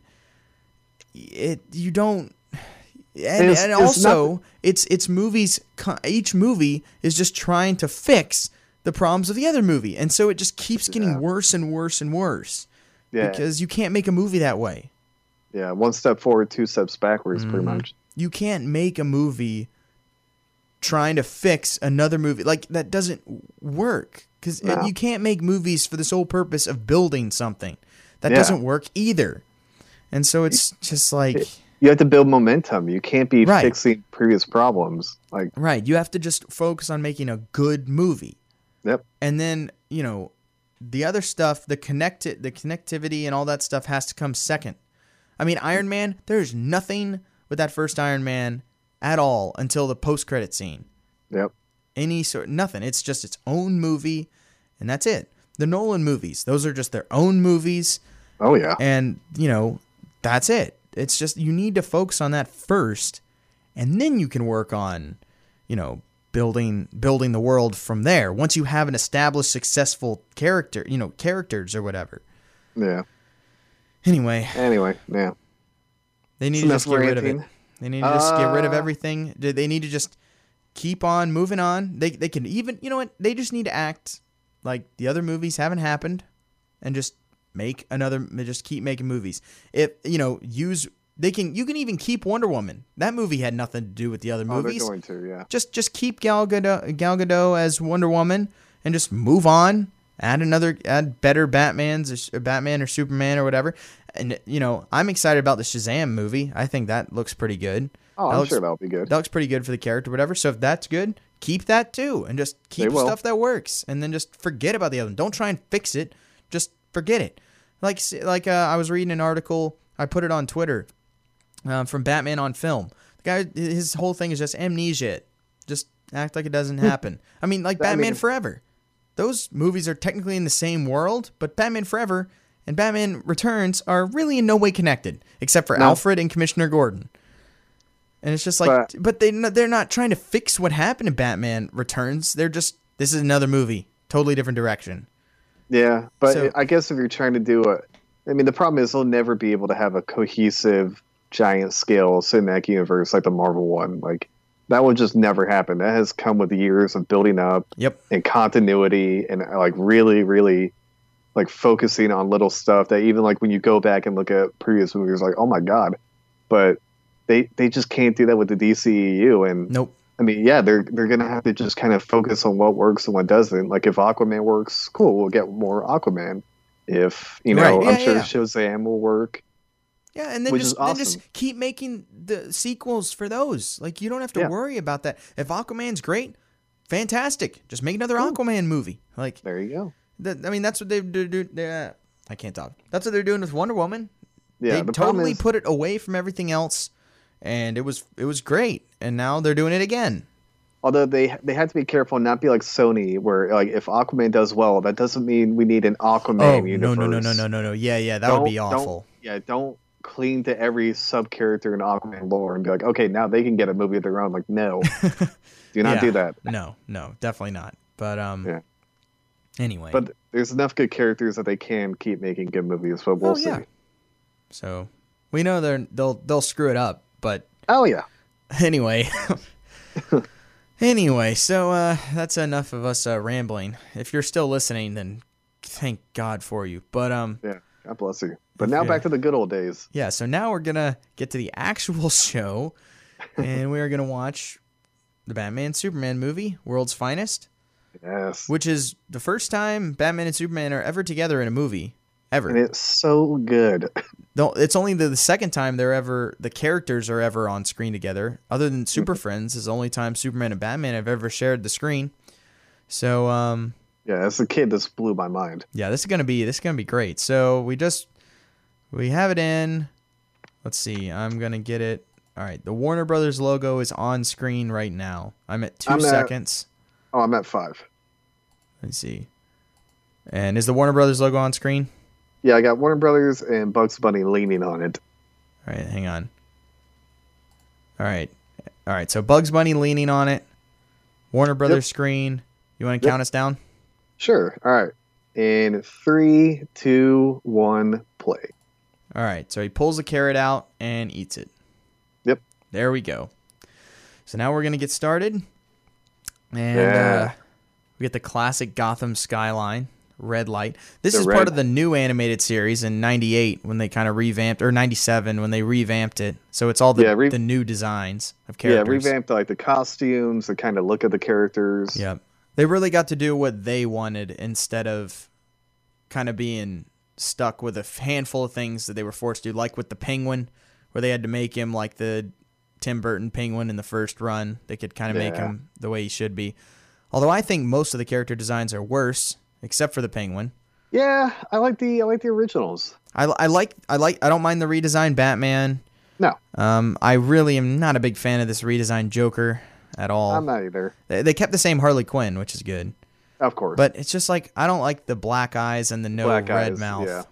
it you don't, and,
It's-
and
it's
also it's it's movies. co- Each movie is just trying to fix the problems of the other movie, and so it just keeps getting
Yeah.
worse and worse and worse
Yeah,
because you can't make a movie that way.
yeah. One step forward, two steps backwards, pretty
Mhm.
much.
you can't make a movie trying to fix another movie like that doesn't work because
No.
you can't make movies for the sole purpose of building something that
Yeah.
doesn't work either and so it's just like
You have to build momentum. You can't be
Right.
fixing previous problems. Like,
right you have to just focus on making a good movie
Yep.
and then you know the other stuff the connected the connectivity and all that stuff has to come second i mean iron man there's nothing with that first iron man at all until the post-credit scene
yep,
any sort nothing it's just its own movie and that's it the nolan movies those are just their own movies
oh yeah,
and you know that's it it's just you need to focus on that first and then you can work on you know building building the world from there once you have an established successful character you know characters or whatever
yeah.
anyway
Anyway, yeah.
they need
It's
to
enough
just get rid of it
ranting.
They need to just get rid of
Uh,
everything. They- They need to just keep on moving on. They they can even you know what? They just need to act like the other movies haven't happened and just make another just keep making movies. If you know, use they can you can even keep Wonder Woman. That movie had nothing to do with the other
Oh, they're
movies.
going to, yeah.
just just keep Gal Gadot, Gal Gadot as Wonder Woman and just move on. Add another, add better Batman's, or, Su- Batman or Superman or whatever, and you know I'm excited about the Shazam movie. I think that looks pretty good.
Oh,
That
I'm
looks-
sure that'll be good.
That looks pretty good for the character, whatever. So if that's good, keep that too, and just keep
will.
stuff that works, and then just forget about the other. one. Don't try and fix it. Just forget it. Like s- like uh, I was reading an article, I put it on Twitter, um, from Batman on film. The guy, his whole thing is just amnesia. Just act like it doesn't
Hmm.
happen. I mean, like
I
Batman
mean-
Forever. Those movies are technically in the same world, but Batman Forever and Batman Returns are really in no way connected, except for
No.
Alfred and Commissioner Gordon. And it's just like,
But-
but, they they're not trying to fix what happened in Batman Returns. They're just this is another movie, totally different direction.
Yeah, but
So-
I guess if you're trying to do it, I mean, the problem is they'll never be able to have a cohesive, giant scale cinematic universe like the Marvel one. Like that will just never happen. That has come with years of building up
Yep.
and continuity and like really, really like focusing on little stuff that even like when you go back and look at previous movies, like oh my god, but they they just can't do that with the DCEU and
Nope.
I mean, yeah, they're they're gonna have to just kind of focus on what works and what doesn't. Like if Aquaman works, cool, we'll get more Aquaman. If you know,
Right, yeah,
I'm sure
yeah.
Shazam will work.
Yeah, and then
Which
just
is
then
awesome.
just keep making the sequels for those. Like you don't have to
Yeah.
worry about that. If Aquaman's great, fantastic. Just make another
Cool.
Aquaman movie. Like
There you go.
that, I mean, that's what they do. do they're- I can't talk. That's what they're doing with Wonder Woman.
Yeah,
they
the
totally
problem is,
put it away from everything else, and it was it was great. And now they're doing it again.
although they they had to be careful and not be like Sony, where like if Aquaman does well, that doesn't mean we need an Aquaman
Oh, no no
universe.
no no no no no! Yeah yeah, that would be
Don't-
awful.
Yeah, don't cling to every sub character in Aquaman lore and be like, okay, now they can get a movie of their own. Like, no, do not
Yeah.
do that.
No no, definitely not. But um,
Yeah.
anyway,
But there's enough good characters that they can keep making good movies. But we'll
Oh, yeah.
see.
so we know they're they'll they'll screw it up, but
Oh yeah.
anyway anyway so uh that's enough of us uh, rambling if you're still listening then thank god for you but um
God bless you. But now
Okay.
back to the good old days.
yeah so now we're gonna get to the actual show and we're gonna watch the batman superman movie world's finest
Yes.
which is the first time batman and superman are ever together in a movie
And
ever
it's so good.
No, it's only the, the second time they're ever the characters are ever on screen together other
Mm-hmm.
than super friends is the only time superman and batman have ever shared the screen so um
Yeah, as a kid, this blew my mind.
Yeah, this is gonna be this is gonna be great. So we just we have it in. Let's see. I'm gonna get it. All right. The Warner Brothers logo is on screen right now. I'm at 2
I'm at-
seconds.
Oh, I'm at five.
Let's see. And is the Warner Brothers logo on screen?
Yeah, I got Warner Brothers and Bugs Bunny leaning on it.
All right. Hang on. All right. All right. So Bugs Bunny leaning on it. Warner Brothers screen. You want to
Yep.
count us down?
Sure. All right. In three, two, one, play.
All right, so he pulls the carrot out and eats it.
Yep.
There we go. So now we're gonna get started, and
Yeah.
uh, we get the classic Gotham skyline, red light. This
The
is
red-
part of the new animated series in '98 when they kind of revamped, or '97 when they revamped it. So it's all the
Yeah, re-
the new designs of characters.
Yeah, revamped like the costumes, the kind of look of the characters.
Yep. They really got to do what they wanted instead of kind of being stuck with a f- handful of things that they were forced to do, like with the penguin, where they had to make him like the Tim Burton penguin in the first run. They could kind of make
Yeah.
him the way he should be. Although I think most of the character designs are worse, except for the penguin.
Yeah, I like the I like the originals.
I, I like I like I don't mind the redesign Batman.
No.
Um, I really am not a big fan of this redesign Joker at all.
I'm not either.
they, they kept the same Harley Quinn, which is good.
Of course.
But it's just like I don't like the black eyes and the no
Black
red
eyes,
mouth.
yeah.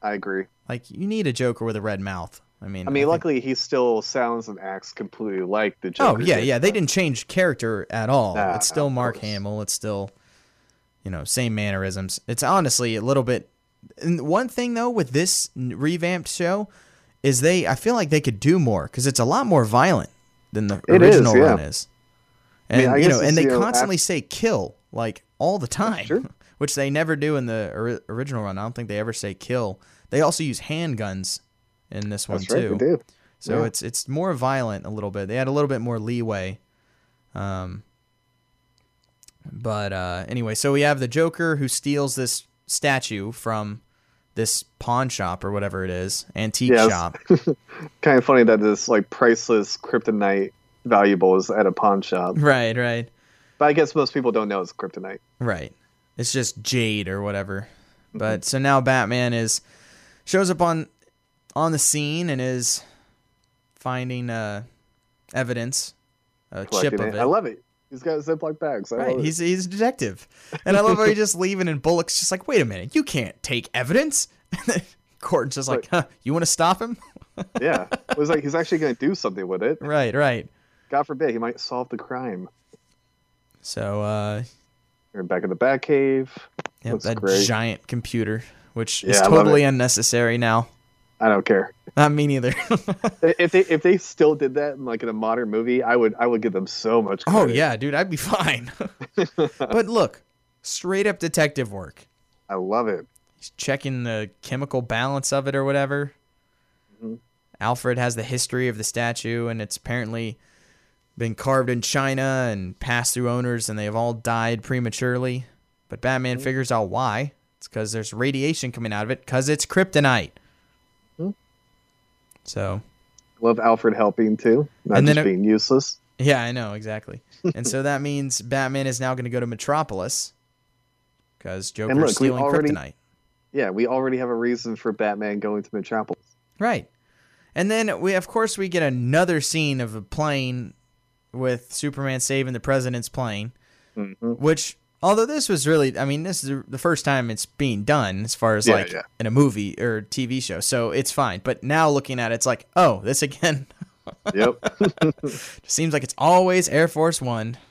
I agree.
Like you need a Joker with a red mouth. I mean,
I mean,
think-
luckily he still sounds and acts completely like the
Oh
Joker.
yeah,
did,
yeah. They
but-
didn't change character at all.
Nah,
it's still
of
Mark
course.
Hamill. It's still, you know, same mannerisms. It's honestly a little bit. And one thing though with this n- revamped show is they. I feel like they could do more because it's a lot more violent than the
It is,
original
yeah.
run is. And
mean, I
you
guess
know,
it's,
and they
you know, af-
constantly say "kill" like all the time,
Sure.
which they never do in the ori- original run. I don't think they ever say "kill." They also use handguns in this one
That's
too.
right, they do.
So
Yeah.
it's it's more violent a little bit. They had a little bit more leeway. Um but uh anyway, so we have the Joker who steals this statue from this pawn shop or whatever it is, antique
Yes.
shop.
Kind of funny that this like priceless kryptonite valuable is at a pawn shop,
right, right.
but I guess most people don't know it's kryptonite.
Right. It's just jade or whatever.
Mm-hmm.
But so now Batman is shows up on on the scene and is finding uh evidence, a chip
Collecting
of
I love it. He's got Ziploc bags. I
Right,
love it.
Oh, he's he's a detective, and I love how he's just leaving, and Bullock's just like, "Wait a minute, you can't take evidence." And then Gordon's just like, huh, "You want to stop him?"
yeah. It was like he's actually going to do something with it.
right, right.
God forbid he might solve the crime.
So, uh,
We're back in the Batcave.
yep,
Looks
that
great.
giant computer, which
Yeah,
is
I love
totally unnecessary now.
I don't care.
Not me neither.
If they if they still did that in like in a modern movie, I would I would give them so much.
oh
credit.
yeah, dude, I'd be fine. but look, straight up detective work.
I love it.
He's checking the chemical balance of it or whatever.
Mhm.
Alfred has the history of the statue, and it's apparently been carved in China and passed through owners, and they have all died prematurely. But Batman
Mm-hmm.
figures out why. It's because there's radiation coming out of it, because it's kryptonite.
Mhm.
So,
Love Alfred helping too, not
And then
just
it-
being useless.
yeah, I know, exactly. and so that means Batman is now going to go to Metropolis because Joker's
look, we
stealing
already-
kryptonite.
Yeah, we already have a reason for Batman going to Metropolis.
Right. And then we of course we get another scene of a plane with Superman saving the president's plane,
hmm
which although this was really I mean this is the first time it's being done as far as
Yeah,
like
yeah.
in a movie or TV show. So it's fine. But now looking at it it's like, "Oh, this again
Yep.
seems like it's always Air Force 1."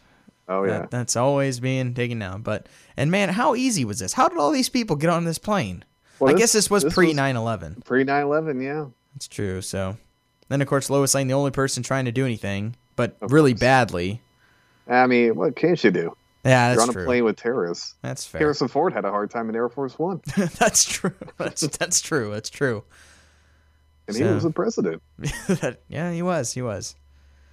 Oh
That-
yeah.
that's always being taken down. But and man, how easy was this? How did all these people get on this plane?
Well,
I guess this was
this
pre
was-
9/11.
Pre 9/11, yeah.
That's true. So, then of course Lois Lane, the only person trying to do anything, but really badly.
I mean, what can't you do?
Yeah,
You're
that's
on a
true.
plane with terrorists.
That's fair.
Harrison Ford had a hard time in Air Force One,
that's true. That's that's true. That's true.
and
So-
he was the president.
That- yeah, he was. He was.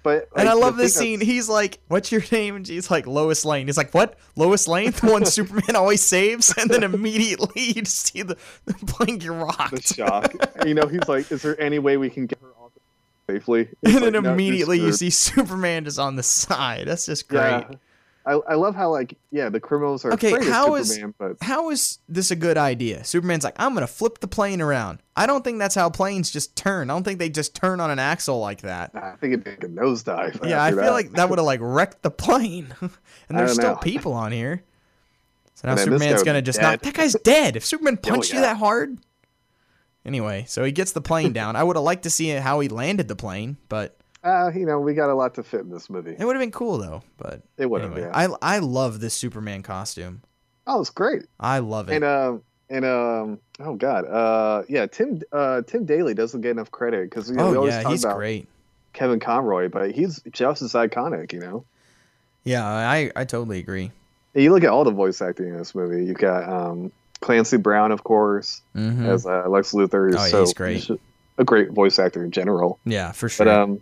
But
And I
like, the
love this
thing
scene.
that's-
He's like, "What's your name?" And she's like, "Lois Lane." He's like, "What? Lois Lane, the one Superman always saves?" And then immediately you just see the, the plane get
The
rocked.
shock. you know, he's like, "Is there any way we can get her off safely?"
And
He's
then
like, "No, you're
immediately you
screwed."
see Superman is on the side. That's just great.
Yeah. I, I love how like yeah the criminals are
Okay,
afraid
how
of
is-
Superman, but
how is this a good idea? Superman's like, I'm gonna flip the plane around. I don't think that's how planes just turn. I don't think they just turn on an axle like that.
I think it'd be a nosedive.
Yeah, I
after
feel
that.
like that would have like wrecked the plane. and there's
don't
still
know.
people on here. So now
And then this guy
Superman's
would
gonna
be
just
dead.
knock that guy's dead. If Superman
Oh,
punched you
yeah.
that hard. Anyway, so he gets the plane down. I would have liked to see how he landed the plane, but
uh, you know we got a lot to fit in this movie.
it would have been cool though. But
It would have.
anyway,
yeah.
I I love this Superman costume.
oh, it's great.
I love it.
And um and um oh god uh yeah Tim uh Tim Daly doesn't get enough credit because you know, we
oh
always
yeah,
talk
he's
about
great.
Kevin Conroy, but he's just as iconic. You know,
Yeah, I I totally agree.
And you look at all the voice acting in this movie. You've got um Clancy Brown, of course,
Mm-hmm.
as uh, Lex Luthor.
Oh, yeah,
so
he's great.
just A great voice actor in general.
Yeah, for sure.
But um,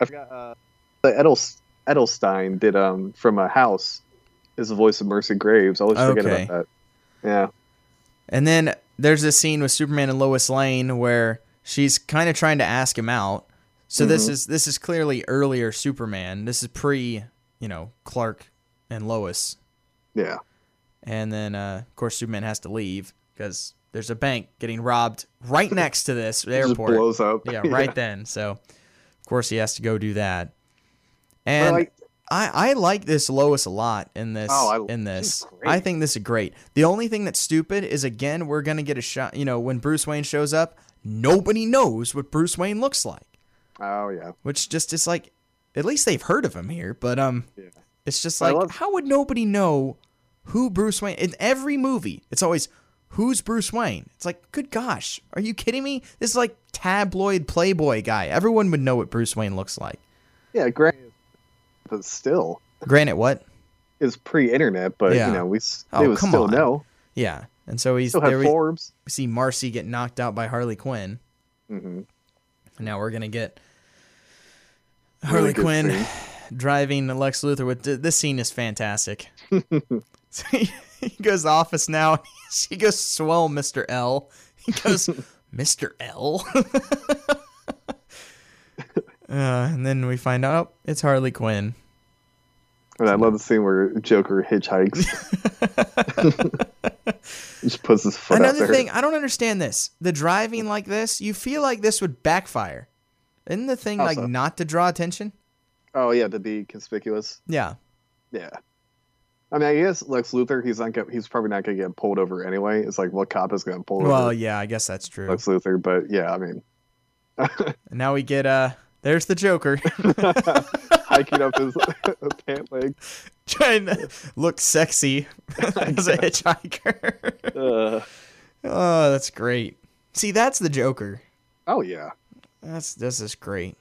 I forgot uh, the Edels- Edelstein did um from a house is the voice of Mercy Graves. I always forget
Okay.
about that. Yeah.
and then there's this scene with Superman and Lois Lane where she's kind of trying to ask him out. So this
Mhm.
is this is clearly earlier Superman. This is pre, you know, Clark and Lois.
Yeah.
And then uh, of course Superman has to leave because there's a bank getting robbed right next to this
It just
airport.
blows up.
Yeah, right then. So of course he has to go do that. And
But, like,
I, I like this Lois a lot in this
Oh, I-
in
she's
this.
great.
I think this is great. The only thing that's stupid is again we're gonna get a shot. You know when Bruce Wayne shows up, nobody knows what Bruce Wayne looks like,
Oh yeah.
which just is like, at least they've heard of him here, but um,
Yeah.
it's just
I
like
love-
how would nobody know who Bruce Wayne in every movie? It's always who's Bruce Wayne. It's like good gosh, are you kidding me? This is like tabloid Playboy guy. Everyone would know what Bruce Wayne looks like.
Yeah, granted, but still,
Granted, what?
it's pre-internet, but
Yeah.
you know, we s
Oh,
they would
come
still
on.
know.
Yeah. And so he's
Still had
there. he-
Forbes.
we see Marcy get knocked out by Harley Quinn.
Mm-hmm.
And now we're gonna get
Really
Harley
good
Quinn
scene.
driving Lex Luthor. With this scene is fantastic. so he, he goes to the office now. And she goes, "Swell, Mister L." He goes, "Mister L." Uh, and then we find out oh, it's Harley Quinn.
And I love the scene where Joker hitchhikes. Just puts his foot out
Another
there.
thing, I don't understand this. The driving like this, you feel like this would backfire. Isn't the thing
How
like
so?
not to draw attention?
Oh yeah, to be conspicuous.
Yeah.
Yeah. I mean, I guess Lex Luthor, he's not. Gonna, he's probably not going to get pulled over anyway. It's like what cop is going to pull
Well,
over
yeah, I guess that's true.
Lex Luthor? But yeah, I mean,
And now we get uh there's the Joker.
hiking up his pant leg.
Trying to look sexy as a hitchhiker.
Uh,
oh, that's great. See, that's the Joker.
oh yeah,
That's this is great.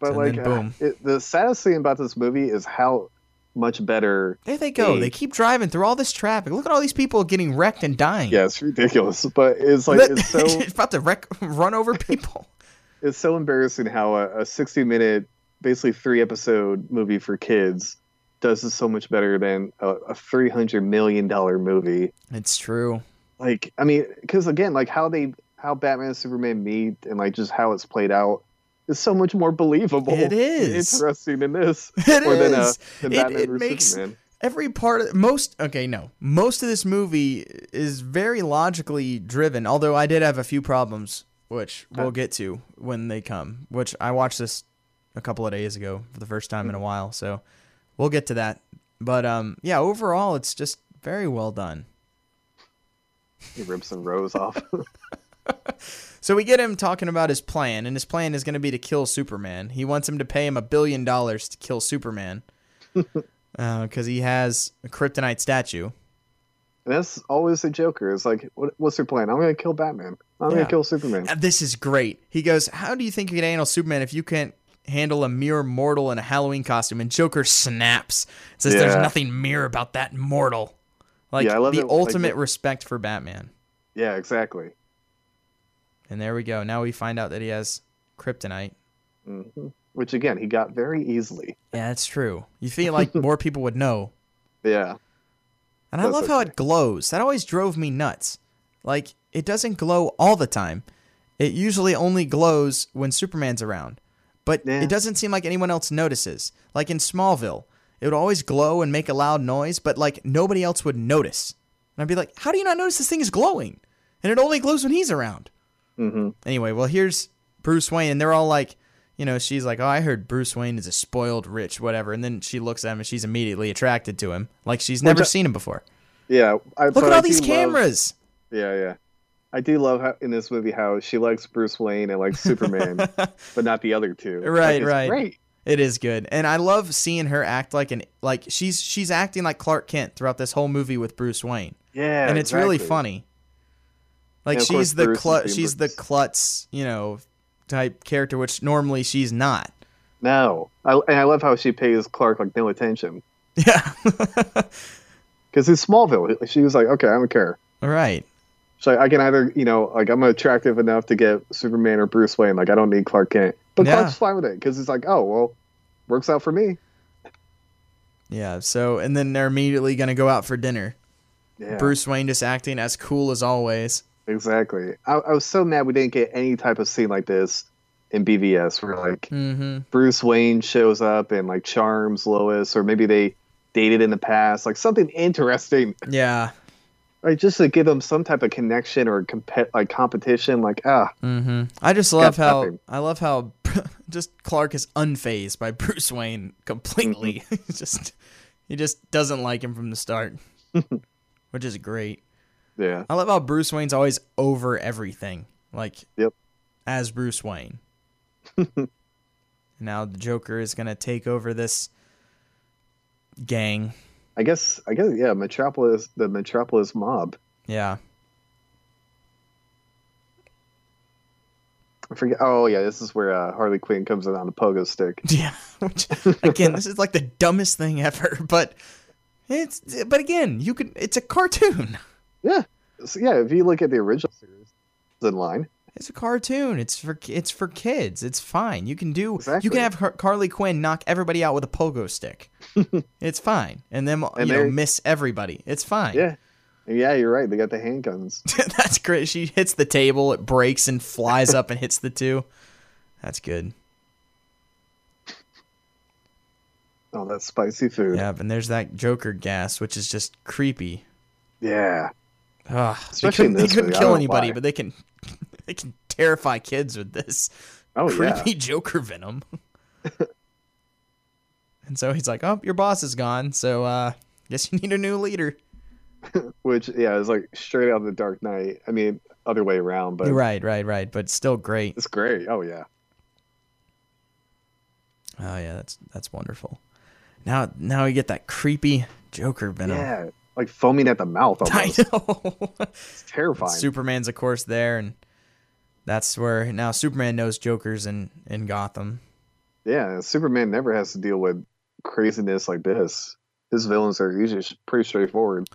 but
And
like,
then
uh,
boom.
it, the saddest thing about this movie is how much better.
There they go.
Hey.
They keep driving through all this traffic. Look at all these people getting wrecked and dying.
Yeah, it's ridiculous, but it's like it's so
It's about to wreck, run over people.
it's so embarrassing how a, a 60 minute basically three episode movie for kids does this so much better than a, a 300 million dollar movie
it's true.
like i mean because again like how they how batman and superman meet and like just how it's played out is so much more believable
It
and
is.
interesting in this
It
or than, uh,
is.
than
It-
batman
it
versus
makes-
superman
Every part of most okay, no. Most of this movie is very logically driven, although I did have a few problems which we'll get to when they come, which I watched this a couple of days ago for the first time in a while, so we'll get to that. But um yeah, overall it's just very well done.
he rips some rose off
So we get him talking about his plan, and his plan is going to be to kill Superman. He wants him to pay him a billion dollars to kill Superman because he has a kryptonite statue.
and that's always the joker it's like what, what's your plan i'm gonna kill batman i'm
Yeah.
gonna kill superman
Uh, This is great. He goes, "How do you think you can handle Superman if you can't handle a mere mortal in a Halloween costume?" And Joker snaps, says, "There's
Yeah.
nothing mere about that mortal." Like
Yeah, I love
the
it, like,
ultimate
the-
respect for Batman.
yeah exactly
And there we go. Now we find out that he has kryptonite.
hmm which again he got very easily
Yeah, that's true. You feel like more people would know.
yeah
And I
That's
love how
okay.
it glows. That always drove me nuts. Like, it doesn't glow all the time. It usually only glows when Superman's around. But
Yeah.
it doesn't seem like anyone else notices. Like in Smallville, it would always glow and make a loud noise, but like nobody else would notice. And I'd be like, how do you not notice this thing is glowing? And it only glows when he's around.
hmm
Anyway, well, here's Bruce Wayne, and they're all like, you know, she's like, oh, I heard Bruce Wayne is a spoiled rich, whatever. And then she looks at him and she's immediately attracted to him, like she's never
the-
seen him before.
Yeah. I,
Look at all these
cameras.
cameras.
yeah, yeah. I do love how, in this movie how she likes Bruce Wayne and likes Superman, but not the other two.
Right,
it's
right.
Great.
It is good, and I love seeing her act like an like she's she's acting like Clark Kent throughout this whole movie with Bruce Wayne,
Yeah.
and it's really
exactly.
funny. Like
And of course
she's the
Bruce
clut,
is being
she's the
Bruce.
klutz, you know, type character, which normally she's not.
No, I, and I love how she pays Clark like no attention
Yeah,
because it's Smallville. She was like, okay, I don't care.
all right.
So I can either, you know, like I'm attractive enough to get Superman or Bruce Wayne. Like I don't need Clark Kent, but
Yeah.
Clark's fine with it because it's like, oh well, works out for me.
Yeah. So, and then they're immediately gonna go out for dinner.
Yeah,
Bruce Wayne just acting as cool as always.
exactly. I, I was so mad we didn't get any type of scene like this in BVS. Where like
Mm-hmm.
Bruce Wayne shows up and like charms Lois, or maybe they dated in the past, like something interesting,
Yeah.
right? Just to give them some type of connection or compet like competition. Like ah,
Mm-hmm. I just love how
nothing.
I love how just Clark is unfazed by Bruce Wayne completely.
Mm-hmm.
He's just he just doesn't like him from the start, which is great.
yeah,
I love how Bruce Wayne's always over everything, like
Yep.
as Bruce Wayne. now the Joker is gonna take over this gang.
I guess I guess yeah, Metropolis, the Metropolis mob.
Yeah,
I forget. Oh yeah, this is where uh, Harley Quinn comes in on the pogo stick.
yeah. Which again, this is like the dumbest thing ever, but it's but again, you could. It's a cartoon.
So yeah, if you look at the original series, it's in line.
It's a cartoon. It's for it's for kids. It's fine. You can do. You
Exactly.
can have Har- Carly Quinn knock everybody out with a pogo stick. it's fine, and then you
And
know
there-
miss everybody. It's fine.
Yeah, yeah, you're right. They got the handguns.
that's great. She hits the table. It breaks and flies up and hits the two. That's good.
Oh, that's spicy food. Yeah,
Yeah, and there's that Joker gas, which is just creepy. Ugh. They
Especially
couldn't,
in
they
this
couldn't
movie, I
kill
don't know
anybody,
why.
but they can they can terrify kids with this
Oh yeah.
creepy Joker venom. And so he's like, "Oh, your boss is gone, so uh, guess you need a new leader."
Which yeah, is like straight out of the Dark Knight. I mean, other way around, but
right, right, right. But still great.
it's great. Oh yeah,
Oh yeah, that's that's wonderful. Now now we get that creepy Joker venom.
yeah, like foaming at the mouth.
I
Almost.
know.
It's terrifying.
Superman's of course there, and that's where now Superman knows Joker's in in Gotham.
Yeah, Superman never has to deal with craziness like this. His villains are usually s- pretty straightforward.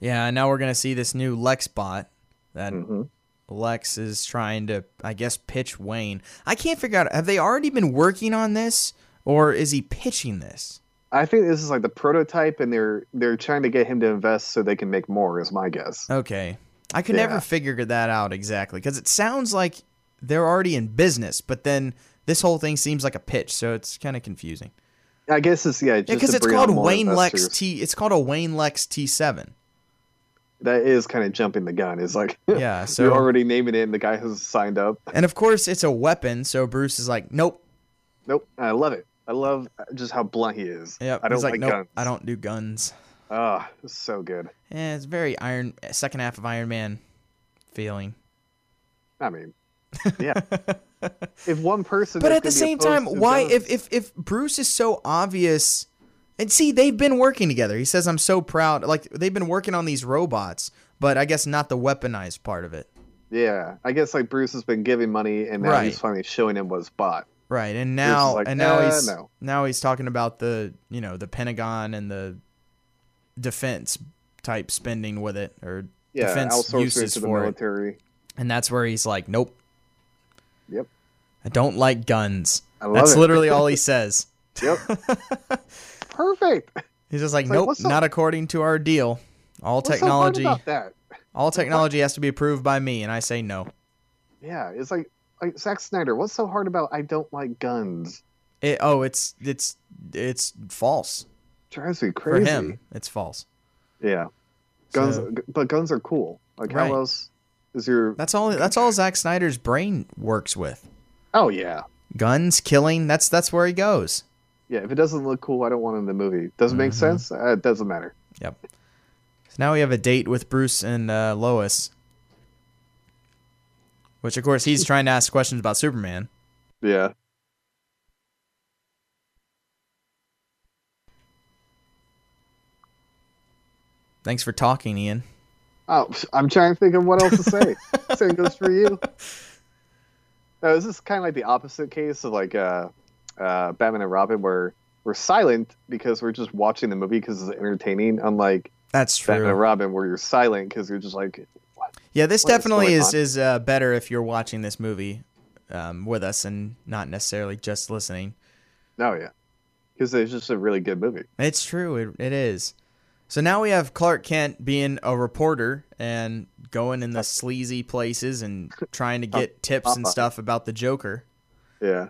Yeah, and now we're gonna see this new Lex bot that
hmm
Lex is trying to, I guess, pitch Wayne. I can't figure out have they already been working on this, or is he pitching this?
I think this is like the prototype, and they're they're trying to get him to invest so they can make more. Is my guess.
Okay, I could
Yeah.
never figure that out exactly because it sounds like they're already in business, but then this whole thing seems like a pitch, so it's kind of confusing.
I guess it's yeah, just
Yeah, because
to
it's
bring on
called
more
Wayne Lex
investors.
T. It's called a Wayne Lex T7.
That is kind of jumping the gun. It's like
Yeah,
you're
so
already naming it, and the guy has signed up.
and of course it's a weapon, so Bruce is like, nope,
Nope, I love it. I love just how blunt he is.
yep.
I don't
He's like,
like
nope,
guns.
I don't do guns.
Ah, it's so good.
Yeah, it's very Iron second half of Iron Man feeling.
I mean, yeah. if one person,
But at
that could
the
be
same
opposed
time,
to
why
guns-
if, if if Bruce is so obvious and see they've been working together. He says I'm so proud like they've been working on these robots, but I guess not the weaponized part of it.
Yeah, I guess like Bruce has been giving money, and now
Right.
he's finally showing him what was bought.
Right. And now
like,
and now
"Uh,
he's
no."
now he's talking about the, you know, the Pentagon and the defense type spending with it or
Yeah,
Defense
outsourcing
uses
it to the
for it.
military.
and that's where he's like, "Nope.
Yep.
I don't like guns."
I love
That's
it.
literally all he says.
Yep, perfect. What's
He's just like,
It's like,
"Nope,
what's so-
not according to our deal. All technology
so hard about that?
All technology has to be approved by me, and I say no.
Yeah, it's like like Zack Snyder. What's so hard about? I don't like guns.
It, oh, it's it's it's false
Drives me
for
crazy.
him. It's false.
Yeah, guns,
So,
but guns are cool. Like
Right.
how else is your?
that's all. That's all Zack Snyder's brain works with.
Oh yeah,
Guns, killing. That's that's where he goes.
yeah. If it doesn't look cool, I don't want it in the movie. Doesn't make
Mhm.
sense. Uh, it doesn't matter.
So now we have a date with Bruce and uh, Lois, which of course he's trying to ask questions about Superman.
Yeah.
Thanks for talking, Ian.
Oh, I'm trying to think of what else to say. Same goes for you. No, this is kind of like the opposite case of like uh, uh, Batman and Robin, where we're silent because we're just watching the movie because it's entertaining. Unlike
That's
Batman and
true.
Robin, where you're silent because you're just like,
Yeah, this
What is
definitely
going
is
on?
is uh, better if you're watching this movie um, with us and not necessarily just listening.
no, yeah, because it's just a really good movie.
It's true. It, it is. So now we have Clark Kent being a reporter and going in the sleazy places and trying to get tips and
Uh, Popeye.
stuff about the Joker.
Yeah,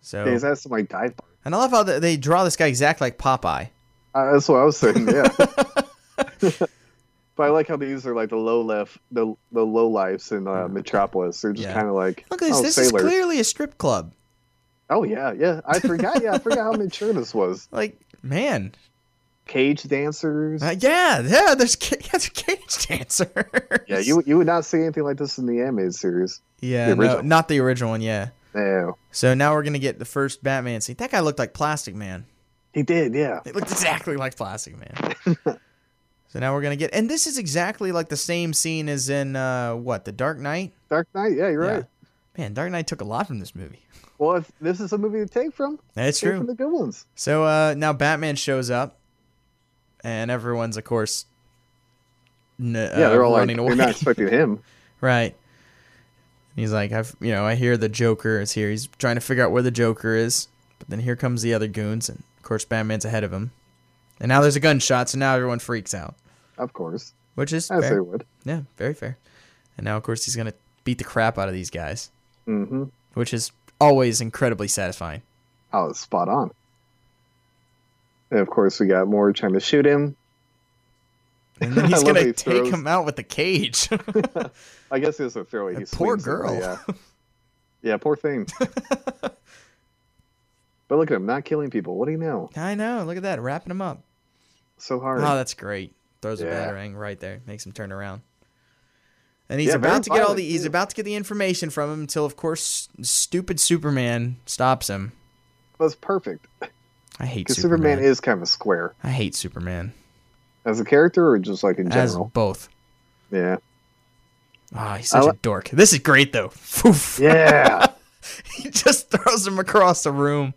So
because that's some like dive. bar.
and I love how they- they draw this guy exact like Popeye.
Uh, that's what I was saying. Yeah. But I like how these are like the low left, the the low lives in uh, Metropolis. They're just
Mm. Yeah.
kind of like
Look at this.
oh,
this
sailors.
is clearly a strip club.
Oh yeah, yeah. I forgot. Yeah, I forgot how mature this was.
Like man,
Cage dancers.
uh, yeah, yeah. There's ca- yeah, there's cage dancer.
Yeah, you you would not see anything like this in the animated series.
yeah,
the
no,
original.
not the original one. Yeah.
No,
So now we're gonna get the first Batman scene. That guy looked like Plastic Man.
he did. Yeah,
It looked exactly like Plastic Man. so now we're gonna get, and this is exactly like the same scene as in uh, what the Dark Knight.
Dark Knight. Yeah, you're
Yeah.
right.
Man, Dark Knight took a lot from this movie.
Well, if this is a movie to take from.
That's
Take from
true.
the good ones.
So uh, now Batman shows up, and everyone's of course, n- uh,
Yeah, they're all like,
running
they're
away.
not expecting him.
right. And he's like, I've you know, I hear the Joker is here. He's trying to figure out where the Joker is, but then here comes the other goons, and of course Batman's ahead of him. And now there's a gunshot, so now everyone freaks out,
Of course,
which is
as
fair.
they would.
Yeah, very fair. And now, of course, he's going to beat the crap out of these guys,
Mm-hmm.
which is always incredibly satisfying.
Oh, it's spot on. And of course, we got more trying to shoot him.
And then
I
he's
love
going
how
to
he
take
throws-
him out with the cage.
I guess it's a throwaway.
That
He
poor
swings it, but
girl.
Yeah. yeah, poor thing. But look at him, not killing people. What do you know?
I know. Look at that, wrapping him up.
So hard.
Oh, that's great. Throws
Yeah.
a batarang right there, makes him turn around. And he's
Yeah, very
about to get all
violent,
the he's
too.
about to get the information from him until of course stupid Superman stops him.
that's perfect.
I hate
Because
Superman.
Superman is kind of a square
I hate Superman.
as a character, or just like in
As
general.
both.
Yeah.
Ah, he's
I
such a
li-
dork. This is great though. Foof.
Yeah.
he just throws him across the room.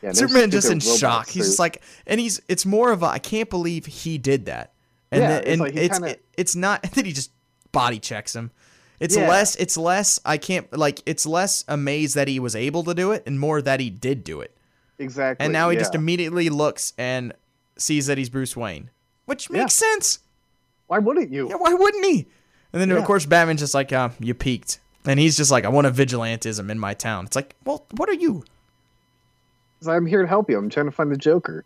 yeah
Superman just in shock. He's just like, and he's it's more of a I can't believe he did that. And
Yeah,
then,
it's
and
like he
it's
kinda-
it- it's not that he just body checks him. It's
Yeah.
less it's less I can't like it's less amazed that he was able to do it and more that he did do it.
exactly.
And now he
yeah.
just immediately looks and sees that he's Bruce Wayne, which
Yeah.
makes sense.
Why wouldn't you?
Yeah, why wouldn't he? And then
Yeah.
of course Batman's just like, uh, you peaked. And he's just like, I want a vigilantism in my town. It's like, well, what are you?
He's like, I'm here to help you. I'm trying to find the Joker.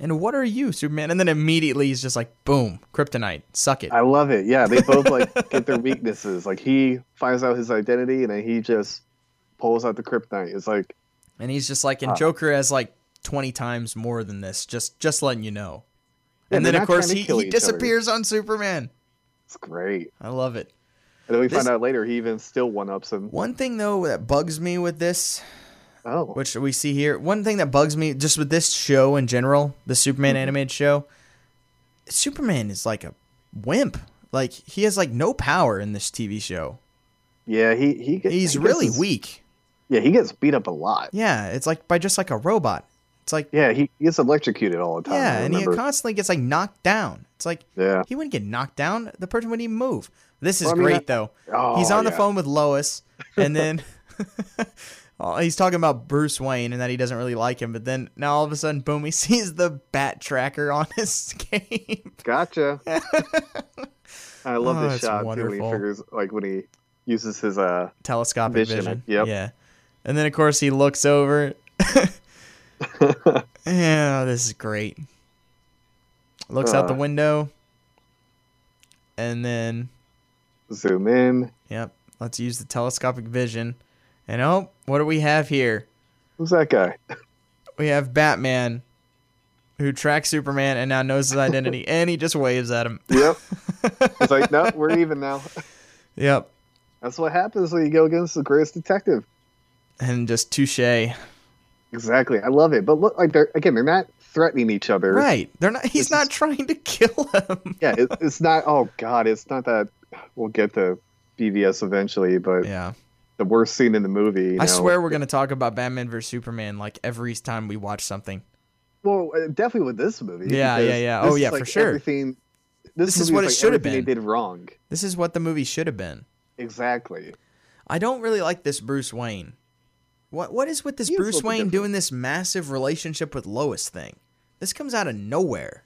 And what are you, Superman? And then immediately he's just like, boom, kryptonite, suck it.
I love it. Yeah, they both like get their weaknesses. Like he finds out his identity, and then he just pulls out the kryptonite. It's like,
And he's just like, and
Ah.
Joker has like 20 times more than this, just just letting you know.
Yeah,
and
they're
then of
not trying
course
to
he,
kill
he
each other.
disappears on Superman.
It's great.
I love it.
And then we
This-
find out later he even still one ups him.
One thing though that bugs me with this,
Oh,
which we see here, one thing that bugs me just with this show in general, the Superman
Mm-hmm.
animated show, Superman is like a wimp. Like he has like no power in this TV show.
yeah, he he gets,
He's
he gets
really
his-
weak.
Yeah, he gets beat up a lot.
Yeah, it's like by just like a robot. It's like
Yeah, he, he gets electrocuted all the time.
Yeah,
I
and he
remember.
constantly gets like knocked down. It's like
yeah.
he wouldn't get knocked down. The person wouldn't even move. This is
Well, I mean,
great
that-
though.
Oh,
he's on the
yeah.
phone with Lois, and then oh, he's talking about Bruce Wayne and that he doesn't really like him. But then now all of a sudden, boom! He sees the bat tracker on his game.
Gotcha. I love
Oh,
this
it's
shot too when he
wonderful.
figures like when he uses his uh
Telescopic
Vision,
vision.
yep.
Yeah, and then of course he looks over. yeah, this is great. Looks out the
Uh.
window, and then
zoom in.
Yep. Let's use the telescopic vision. And oh, what do we have here?
Who's that guy?
We have Batman who tracks Superman and now knows his identity and he just waves at him.
Yep. He's like, no, we're even now.
Yep.
That's what happens when you go against the greatest detective.
And just touche.
Exactly. I love it. But look, like they're again, they're not threatening each other.
Right. They're not he's
This
not
is-
trying to kill him.
Yeah. It, it's not. Oh God, it's not that. We'll get to BVS eventually, but
Yeah.
the worst scene in the movie. you
I
know.
swear we're gonna talk about Batman versus Superman like every time we watch something.
Well, uh, definitely with this movie.
Yeah, yeah,
because
yeah.
this
Oh,
is,
yeah, for
like,
sure.
Everything. This,
This is
movie
what it
like,
should have
everything They
been.
did wrong.
This is what the movie should have been.
Exactly.
I don't really like this Bruce Wayne. What what is with this
He is a
Bruce
little
Wayne
different.
doing this massive relationship with Lois thing? This comes out of nowhere.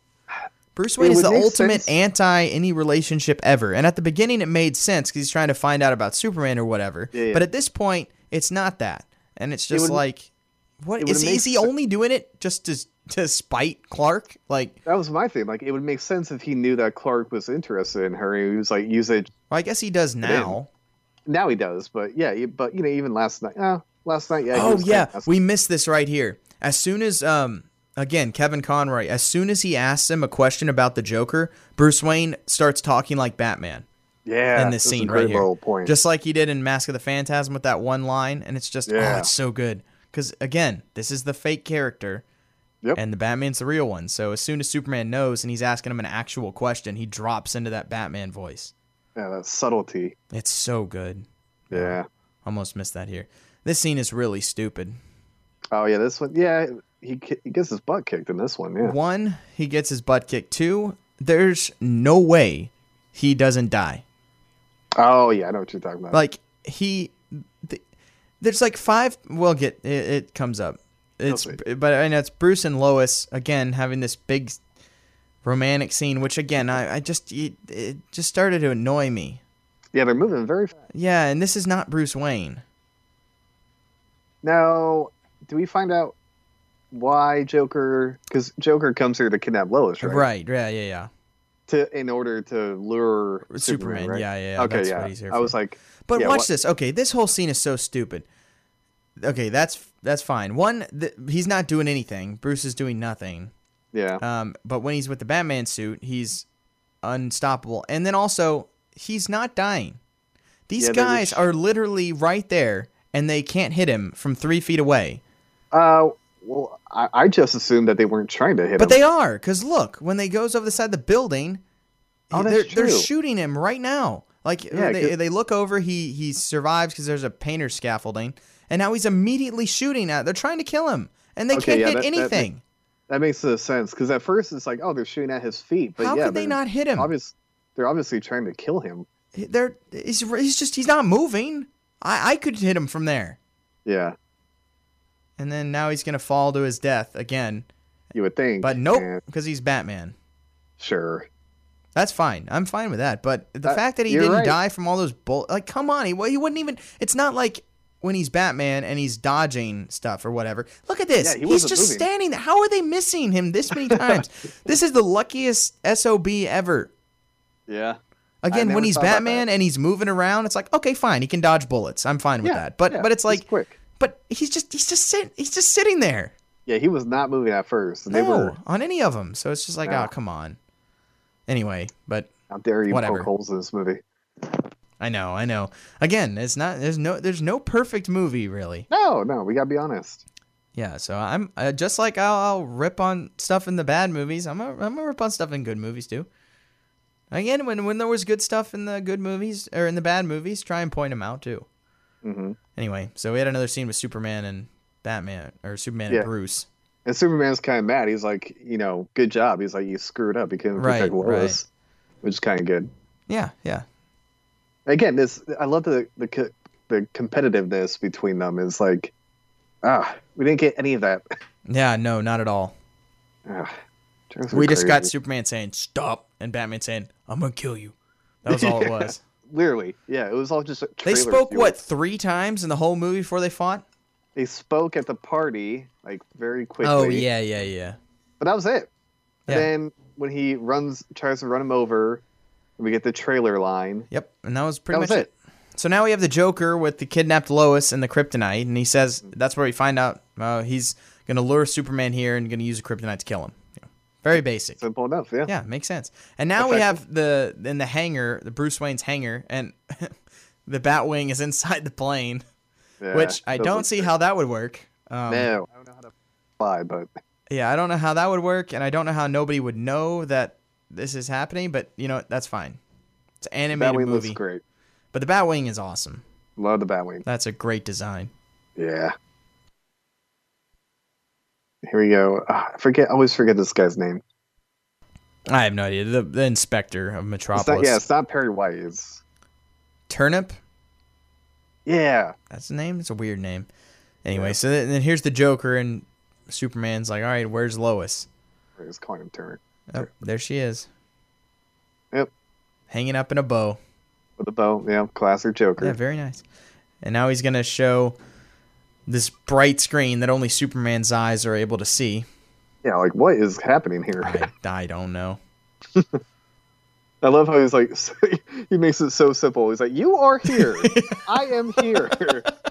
Bruce Wayne is
would
the
make
ultimate
sense.
anti any relationship ever. And at the beginning, it made sense because he's trying to find out about Superman or whatever.
Yeah, yeah.
But at this point, it's not that, and it's just
would-
like, what
it
is,
would
he-
make
is he
sen-
only doing it just to to spite Clark? Like,
That was my thing. Like, it would make sense if he knew that Clark was interested in her. He was like, use it.
well, I guess he does now.
Now he does, but yeah, you- but you know, even last night. Uh, last night, yeah. he
Oh
was
yeah,
kinda-
we missed this right here. As soon as um again Kevin Conroy, as soon as he asks him a question about the Joker, Bruce Wayne starts talking like Batman,
yeah.
in this
is a
scene
great
right here.
little point.
just like he did in Mask of the Phantasm with that one line, and it's just oh,
Yeah.
it's so good because again, this is the fake character.
Yep.
And the Batman's the real one. So as soon as Superman knows and he's asking him an actual question, he drops into that Batman voice.
yeah, that subtlety.
It's so good.
Yeah.
Almost missed that here. This scene is really stupid.
Oh yeah, this one. Yeah, he, ki- he gets his butt kicked in this one. Yeah.
One, he gets his butt kicked. Two, there's no way he doesn't die.
Oh yeah, I know what you're talking about.
Like he, th- there's like five. We'll get it. It comes up. It's
Okay.
but I know it's Bruce and Lois again having this big romantic scene, which again I, I just it, it just started to annoy me.
yeah, they're moving very fast.
Yeah, and this is not Bruce Wayne.
Now, do we find out why Joker? Because Joker comes here to kidnap Lois, right?
Right? Yeah, yeah, yeah.
To in order to lure
Superman.
Superman. right?
Yeah, yeah. yeah.
okay,
That's
yeah.
What he's here
I
for.
was like,
But
Yeah,
watch
what-
this. Okay, this whole scene is so stupid. Okay, that's that's fine. One, th- he's not doing anything. Bruce is doing nothing.
Yeah.
Um, but when he's with the Batman suit, he's unstoppable. And then also, he's not dying. These
Yeah, they
guys
reach-
are literally right there, and they can't hit him from three feet away.
Uh, well, I, I just assumed that they weren't trying to hit
But
him.
they are, because look, when they goes over the side of the building,
Oh, that's
they're, they're
true.
shooting him right now. Like
Yeah,
they,
'cause-
they look over, he he survives because there's a painter's scaffolding, and now he's immediately shooting at. They're trying to kill him, and they
Okay,
can't
yeah,
hit
that- that makes-
anything.
that makes no sense because at first it's like, oh, they're shooting at his feet, but
How
yeah,
could they
they're
not hit him?
Obvious, they're obviously trying to kill him.
They're he's, he's just he's not moving. I I could hit him from there,
Yeah,
and then now he's gonna fall to his death again.
you would think,
But nope,
And
because he's Batman.
sure.
That's fine. I'm fine with that. But the
That-
fact that he
Uh, you're
didn't
right.
die from all those bullets, like, come on, he well, he wouldn't even. It's not like when he's Batman and he's dodging stuff or whatever. Look at this.
Yeah, he
he's
wasn't
just
moving.
standing there. How are they missing him this many times? this is the luckiest sob ever.
Yeah,
Again,
never
when he's
thought about
Batman and he's moving around, it's like okay, fine, he can dodge bullets. I'm fine with
yeah,
that. But
yeah,
but it's like,
quick.
but he's just he's just sitting he's just sitting there.
Yeah, he was not moving at first. and They
no,
were.
on any of them. So it's just like,
No.
oh come on. Anyway, but
How dare you
Whatever.
poke holes in this movie?
I know, I know. Again, it's not. There's no. There's no perfect movie, really.
No, no, we gotta be honest.
Yeah. So I'm uh, just like I'll, I'll rip on stuff in the bad movies. I'm a, I'm gonna rip on stuff in good movies too. Again, when when there was good stuff in the good movies or in the bad movies, try and point them out too.
hmm
Anyway, so we had another scene with Superman and Batman or Superman
Yeah.
and Bruce.
And Superman's kind of mad. He's like, you know, good job. He's like, you screwed up. You couldn't
Right,
protect Lois, which is kind of good.
Yeah, yeah,
Again, this I love the the co- the competitiveness between them. Is like, ah, we didn't get any of that.
yeah. No, not at all.
Ah, Turns
We just got
crazy.
Superman saying stop and Batman saying I'm gonna kill you. That was all it
Yeah.
was.
literally, yeah. It was all just.
They
trailer
spoke
fuel.
what three times in the whole movie before they fought.
They spoke at the party like very quickly.
Oh yeah, yeah, yeah.
But that was it.
Yeah.
And then when he runs, tries to run him over, we get the trailer line.
Yep, and that was pretty
that was
much
it.
it. So now we have the Joker with the kidnapped Lois and the kryptonite, and he says that's where we find out uh, he's going to lure Superman here and going to use the kryptonite to kill him. You know, very basic.
Simple enough. Yeah.
Yeah, makes sense. And now we have the in the hangar, the Bruce Wayne's hangar, and the Batwing is inside the plane,
Yeah,
which I
doesn't-
don't see how that would work. Um,
No, I don't know how to fly, but
Yeah, I don't know how that would work, and I don't know how nobody would know that this is happening. But you know, what, that's fine. It's an animated
Batwing looks
movie,
great.
but the Batwing is awesome.
Love the Batwing.
That's a great design.
Yeah. Here we go. Ah, I forget. I always forget this guy's name.
I have no idea. The, the inspector of
It's
Metropolis.
not, yeah, it's not Perry White. It's
Turnip?
yeah.
That's the name? It's a weird name. Anyway, so then, then here's the Joker, and Superman's like, all right, where's Lois?
I was calling him Turner
Oh, there she is.
Yep.
Hanging up in a bow.
with a bow. Yeah, classic Joker.
Yeah, very nice. And now he's going to show this bright screen that only Superman's eyes are able to see.
Yeah, like what is happening here?
I, I don't know.
I love how he's like, he makes it so simple. He's like, "You are here, I am here,"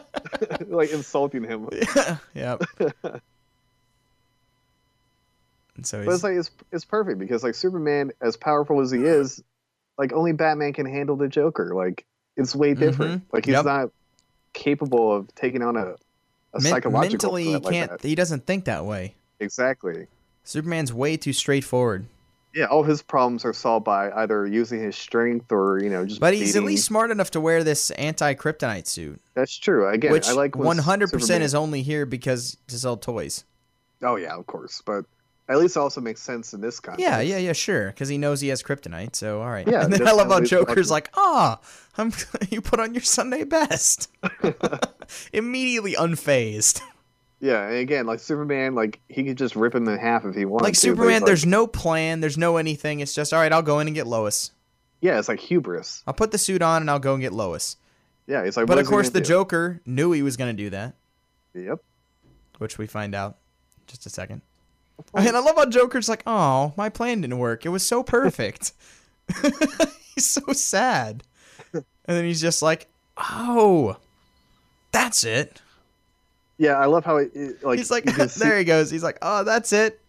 like insulting him. But
yep. And so he's,
it's like it's, it's perfect because like Superman, as powerful as he is, like only Batman can handle the Joker. Like it's way different. Like he's
Mm-hmm. Yep.
not capable of taking on a, a
men-
psychological
mentally, he
threat like
can't.
that.
he doesn't think that way.
Exactly.
Superman's way too straightforward.
Yeah, all his problems are solved by either using his strength or you know just.
But he's at
beating-
least smart enough to wear this anti kryptonite suit,
that's true. Again,
which
I like when
100%
Superman-
is only here because to sell toys.
Oh yeah, of course, but at least it also makes sense in this context.
Yeah, yeah, yeah, sure. Because he knows he has kryptonite, so all right.
Uh, Yeah,
and then I
that's
love
how
how
they
Joker's
fucking-
like, ah, I'm, you put on your Sunday best. Immediately unfazed.
Yeah, and again, like Superman, like he could just rip him in half if he wanted.
Like
to,
Superman,
but it's
there's no plan, there's no anything. It's just, all right, I'll go in and get Lois.
yeah, it's like hubris.
I'll put the suit on and I'll go and get Lois.
Yeah, it's like.
But
what
of
is he
course, the
gonna
Joker knew he was going to do that.
do? Yep.
which we find out in just a second. And I love how Joker's like, "Oh, my plan didn't work. It was so perfect." he's so sad, and then he's just like, "Oh, that's it."
yeah, I love how it, it like
He's like,
you can see-
there he goes. He's like, oh, that's it.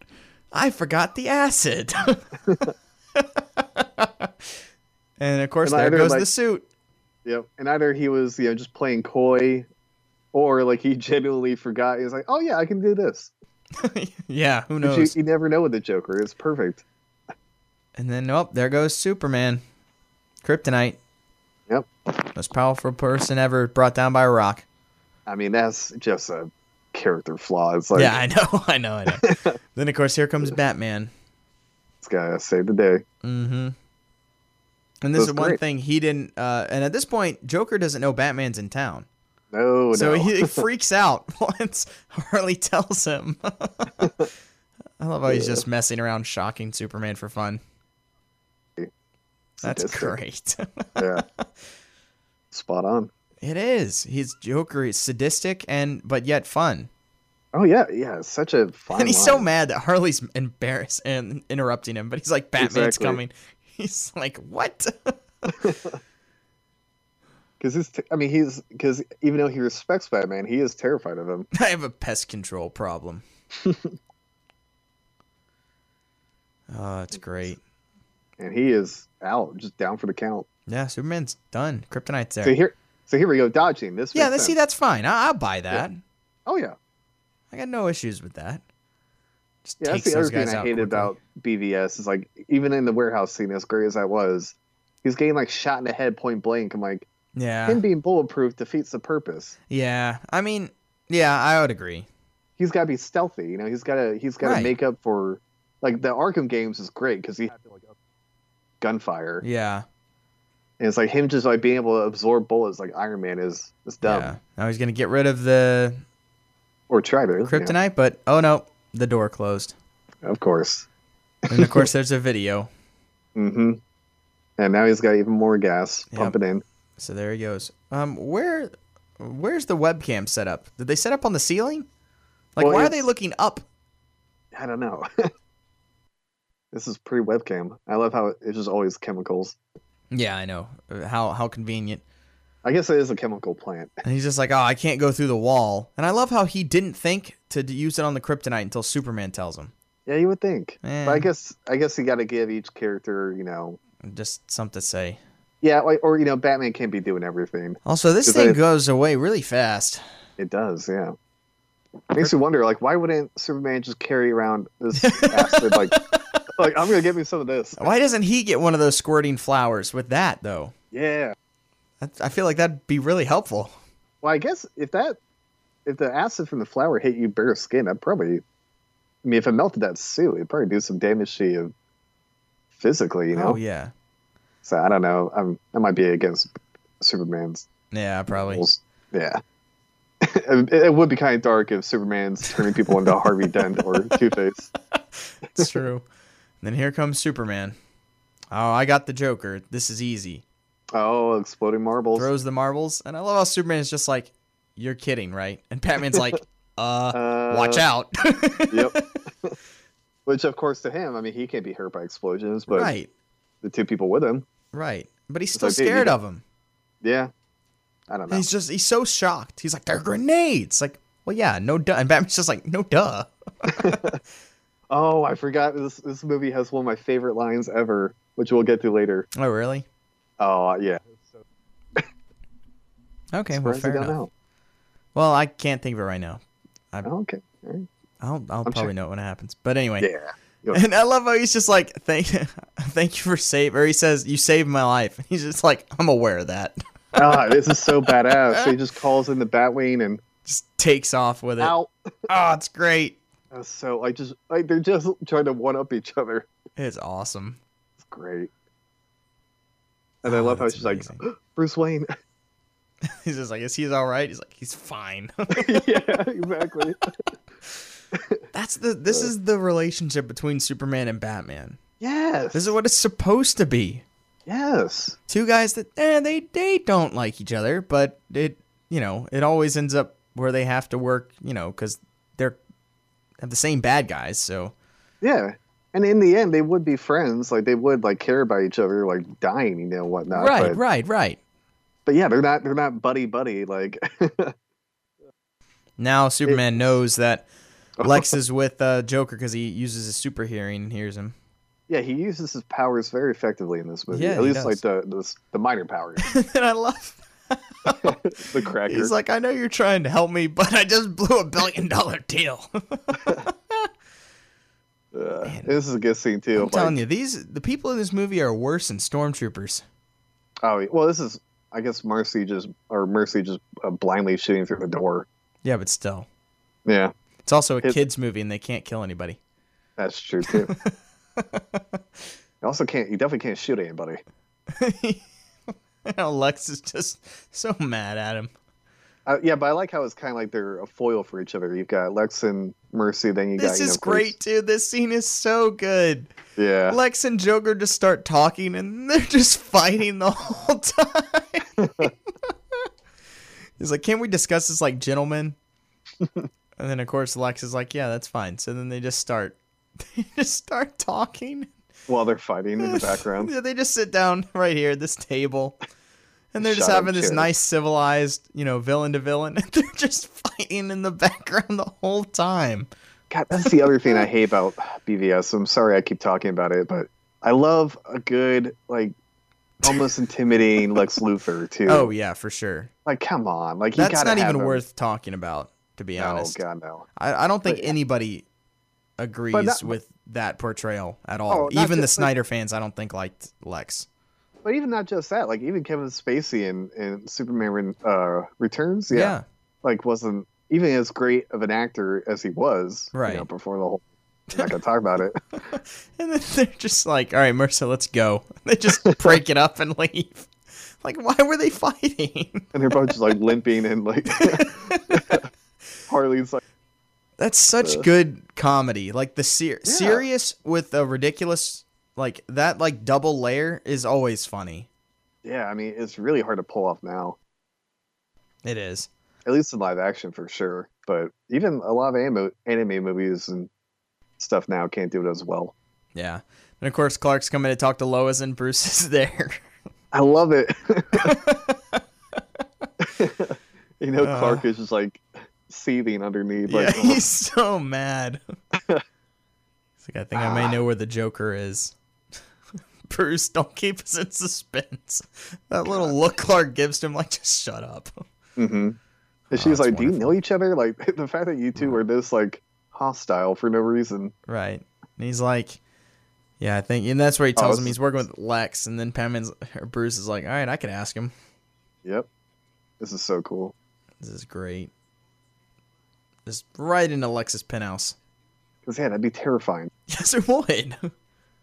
I forgot the acid. and of course,
And
there
either,
goes
like-
the suit.
Yep. And either he was, you know, just playing coy or like he genuinely forgot. He was like, oh, yeah, I can do this.
yeah, who
But You,
knows?
you never know with the Joker. It's perfect.
And then, oh, there goes Superman. Kryptonite.
Yep.
Most powerful person ever brought down by a rock.
I mean, that's just a character flaw. It's like,
yeah, I know, I know, I know. then, of course, here comes Batman.
this guy has saved the day.
Mm-hmm. And this
That's
is one
great.
thing he didn't. Uh, and at this point, Joker doesn't know Batman's in town,
No,
so
Oh, no.
he freaks out once Harley tells him. I love how he's just messing around, shocking Superman for fun. That's
Sadistic.
great.
yeah. Spot on.
it is. He's Joker. He's sadistic and but yet fun.
Oh, yeah. Yeah. It's such a fine
and he's so
line.
mad that Harley's embarrassed and interrupting him, but he's like, "Batman's
Exactly.
coming." He's like, "What?"
Because he's, t- I mean, he's, because even though he respects Batman, he is terrified of him.
I have a pest control problem. oh, it's great.
And he is out, just down for the count.
Yeah, Superman's done. Kryptonite's there.
So here, so here we go, dodging this.
yeah,
makes
that's, see,
sense.
that's fine. I, I'll buy that.
Oh, yeah.
I got no issues with that. Just
Yeah,
takes
that's the
those
other thing
guys
I
out
hated
quickly.
about BVS is like even in the warehouse scene, as great as I was, he's getting like shot in the head point blank. I'm like,
Yeah,
him being bulletproof defeats the purpose.
yeah. I mean, yeah, I would agree.
He's got to be stealthy, you know. He's got to he's got to
Right.
make up for like the Arkham games is great because he had to like up gunfire,
Yeah,
and it's like him just like being able to absorb bullets like Iron Man is is dumb
yeah. Now he's gonna get rid of the
or try to you know,
kryptonite, but oh no, the door closed.
of course.
And of course, there's a video.
Mm-hmm. And now he's got even more gas
Yep.
pumping in.
So there he goes. Um, where, where's the webcam set up? Did they set up on the ceiling? Like,
Well,
why are they
it's-
looking up?
I don't know. this is pre webcam. I love how it's just always chemicals.
Yeah, I know. Uh, How how convenient.
I guess it is a chemical plant.
And he's just like, oh, I can't go through the wall. And I love how he didn't think to d- use it on the kryptonite until Superman tells him.
Yeah, you would think.
Eh,
But I guess I guess you got to give each character, you know,
just something to say.
yeah, like, or you know, Batman can't be doing everything.
Also, this
Is
thing
that-
goes away really fast.
It does, yeah. Makes you wonder, like, why wouldn't Superman just carry around this acid? like, like I'm gonna give me some of this.
Why doesn't he get one of those squirting flowers with that though?
Yeah.
That- I feel like that'd be really helpful.
Well, I guess if that, if the acid from the flower hit you bare skin, I'd probably, I mean, if it melted that suit, it'd probably do some damage to you physically, you know.
Oh yeah,
So I don't know. I'm I might be against Superman's
yeah, probably.
rules. Yeah. it, it would be kind of dark if Superman's turning people into Harvey Dent or Two Face.
It's true. And then here comes Superman. Oh, I got the Joker. This is easy.
Oh, exploding marbles.
Throws the marbles. And I love how Superman is just like, You're kidding, right? And Batman's like, uh,
Uh,
watch out.
yep. Which, of course, to him, I mean, he can't be hurt by explosions, but
right,
the two people with him,
right. But he's
It's
still
like, dude, you
scared
don't
of him.
yeah. I don't
And
know.
he's just he's so shocked. He's like, They're grenades. Like, well yeah, no duh. And Batman's just like, No duh.
Oh, I forgot this. This movie has one of my favorite lines ever, which we'll get to later.
Oh really?
Oh, yeah.
Okay, well
Surprised you
fair
don't
enough.
know.
Well, I can't think of it right now.
Oh, okay. All right.
I'll I'll
I'm
probably
sure-
know it when it happens. But anyway.
Yeah.
And I love how he's just like, thank, thank you for saving. Or he says, "You saved my life." And he's just like, "I'm aware of that."
Ah, this is so badass. So he just calls in the Batwing and
Just takes off with it.
out.
Oh, it's great.
That's so like just like they're just trying to one up each other.
It's awesome.
It's great. And I
Oh,
love how
that's
she's
amazing.
like Bruce Wayne.
He's just like, "Is he all right?" He's like, "He's fine."
yeah, exactly.
That's the. This is the relationship between Superman and Batman.
yes.
This is what it's supposed to be.
yes.
Two guys that eh, they they don't like each other, but it you know it always ends up where they have to work. You know, because they're have the same bad guys. So
Yeah. And in the end, they would be friends. Like they would like care about each other, like dying, you know, whatnot.
right,
But,
right, right.
but yeah, they're not. They're not buddy buddy. Like
Now Superman knows that
Oh.
Lex is with uh, Joker because he uses his super hearing and hears him.
Yeah, he uses his powers very effectively in this movie.
Yeah,
At
he
least
does.
like the, the the minor powers.
and I love.
the cracker.
He's like, I know you're trying to help me, but I just blew a billion dollar deal.
Uh, this is a good scene too.
I'm
like-
telling you, these the people in this movie are worse than stormtroopers.
Oh well, this is I guess Mercy just or Mercy just uh, blindly shooting through the door.
Yeah, but still,
Yeah,
it's also a
His-
kids movie, and they can't kill anybody.
that's true too. you also can't you definitely can't shoot anybody.
Lex is just so mad at him.
Uh, yeah, but I like how it's kind of like they're a foil for each other. You've got Lex and Mercy, then you got
This
you
is
know,
great, dude. This scene is so good.
Bruce. Yeah,
Lex and Joker just start talking, and they're just fighting the whole time. He's like, "Can't we discuss this like gentlemen?" and then, of course, Lex is like, "Yeah, that's fine." So then they just start, they just start talking.
while they're fighting in the background.
Yeah, they just sit down right here at this table. And they're just
Shot up
having this
chairs.
nice civilized, you know, villain to villain. And they're just fighting in the background the whole time.
God, that's the other thing I hate about BVS. I'm sorry I keep talking about it, but I love a good like almost intimidating Lex Luthor too.
Oh yeah, for sure.
like come on, like you
That's
gotta
not
have
even
him. Oh,
worth talking about, to be
No,
honest.
God no.
I, I don't think
But-
anybody agrees
that-
with that portrayal at all.
Oh, not
even the
just- like-
Snyder fans, I don't think liked Lex.
But even not just that, like even Kevin Spacey in, in Superman Re- uh, Returns, yeah,
yeah.
like wasn't even as great of an actor as he was, you
Right.
know, before the whole. I'm not gonna talk about it.
And then they're just like, all right, Mercer, let's go. They just break it up and leave. Like, why were they fighting?
And they're both just like limping and like Harley's like,
That's such
Ugh.
good comedy. Like the ser-
Yeah.
serious with a ridiculous, like that, like double layer is always funny.
yeah, I mean, it's really hard to pull off now,
It is.
at least in live action for sure. But even a lot of anime, anime movies and stuff now can't do it as well.
Yeah. And of course, Clark's coming to talk to Lois, and Bruce is there.
I love it. you know,
Uh.
Clark is just like seething underneath.
yeah,
Like,
he's so mad. It's like, I think
Ah.
I may know where the Joker is. Bruce, don't keep us in suspense. That little look Clark gives to him, like, just shut up.
hmm And
Oh,
she's
that's
like, "Do you
wonderful.
know each other?" Like the fact that you two were this like hostile for no reason.
Right. And he's like, yeah, I think, and that's where he
Oh,
tells
this
him
is-
he's working with Lex, and then Pemman's or Bruce is like, all right, I could ask him.
Yep, this is so cool.
This is great. Just right into Lex's penthouse.
Because yeah, that'd be terrifying.
Yes, it would.